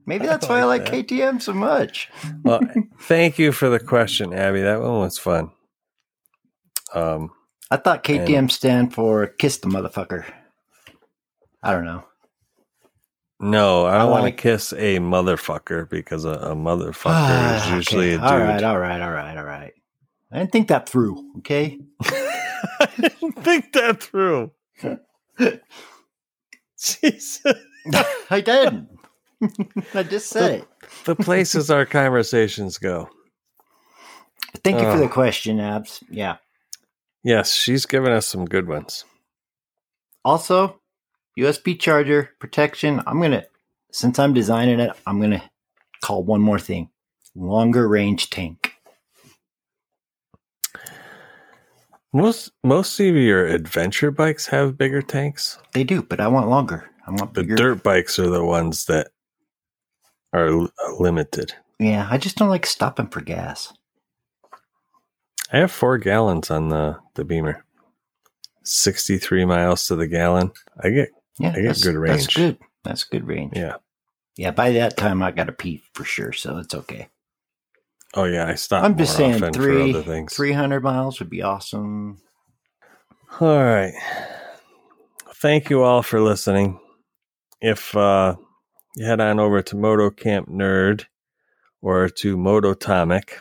Speaker 1: Maybe
Speaker 2: I
Speaker 1: that's why I like
Speaker 2: like that.
Speaker 1: KTM so much.
Speaker 2: Well, [LAUGHS] thank you for the question, Abby. That one was fun. Um,
Speaker 1: I thought
Speaker 2: And-
Speaker 1: KTM stand for kiss the motherfucker. I don't know.
Speaker 2: no, I,
Speaker 1: I
Speaker 2: want to
Speaker 1: like-
Speaker 2: kiss a motherfucker because a, a motherfucker is
Speaker 1: Ah,
Speaker 2: usually
Speaker 1: okay.
Speaker 2: a dude.
Speaker 1: All right, all right, all right, all right. I didn't think that through. Okay.
Speaker 2: [LAUGHS] I didn't think that through. [LAUGHS] Jesus.
Speaker 1: I didn't. [LAUGHS] I just said it.
Speaker 2: The places our conversations go.
Speaker 1: Thank you for
Speaker 2: Ugh.
Speaker 1: the question, Abs. Yeah.
Speaker 2: Yes, she's given us some good ones.
Speaker 1: Also, USB charger protection. I'm going to, since I'm designing it, I'm going to call one more thing longer range tank.
Speaker 2: Most most of your adventure bikes have bigger tanks.
Speaker 1: They do, but I want longer. I want
Speaker 2: The
Speaker 1: bigger.
Speaker 2: dirt bikes are the ones that are l- uh, limited.
Speaker 1: Yeah, I just don't like stopping for gas.
Speaker 2: I have four gallons on the the Beamer. Sixty three miles to the gallon. I get
Speaker 1: Yeah,
Speaker 2: I get
Speaker 1: that's,
Speaker 2: good range.
Speaker 1: That's good. That's good range.
Speaker 2: yeah.
Speaker 1: Yeah, by that time I got a pee for sure, so it's okay.
Speaker 2: Oh yeah, I stop.
Speaker 1: I'm just
Speaker 2: more
Speaker 1: saying
Speaker 2: often
Speaker 1: three
Speaker 2: for other things.
Speaker 1: three hundred miles would be awesome.
Speaker 2: All right. Thank you all for listening. If uh, you head on over to Moto Camp Nerd or to Mototomic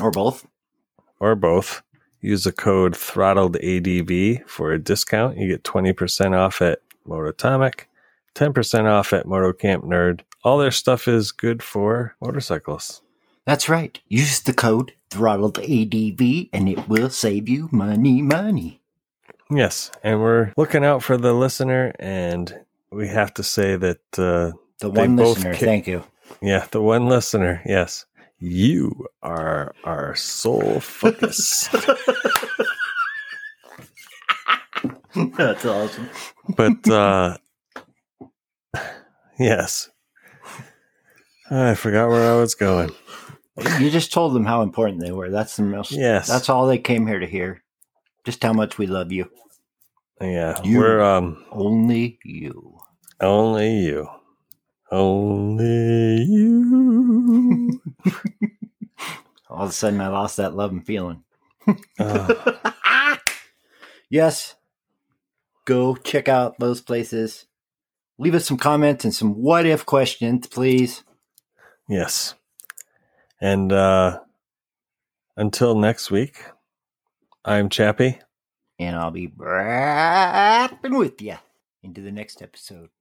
Speaker 1: Or both.
Speaker 2: or both, use the code ThrottledADV for a discount. You get 20% off at Mototomic, 10% off at Moto Camp Nerd. All their stuff is good for motorcyclists.
Speaker 1: That's right. Use the code throttled ADV and it will save you money, money.
Speaker 2: Yes, and we're looking out for the listener, and we have to say that uh, They
Speaker 1: The one
Speaker 2: both
Speaker 1: listener,
Speaker 2: ki-
Speaker 1: thank you.
Speaker 2: Yeah, the one listener. Yes. You are our sole focus.
Speaker 1: [LAUGHS] That's awesome.
Speaker 2: but uh yes. I forgot where I was going.
Speaker 1: You just told them how important they were. That's the most
Speaker 2: Yes.
Speaker 1: that's all they came here to hear. Just how much we love you.
Speaker 2: Yeah.
Speaker 1: You.
Speaker 2: We're um
Speaker 1: Only you.
Speaker 2: only you. Only you.
Speaker 1: All of a sudden I lost that love and [LAUGHS] feeling. Uh.
Speaker 2: Oh,
Speaker 1: yes, go check out those places. Leave us some comments and some what if questions, please.
Speaker 2: [LAUGHS] yes. And uh until next week, I'm Chappie.
Speaker 1: And I'll be rapping with you into the next episode.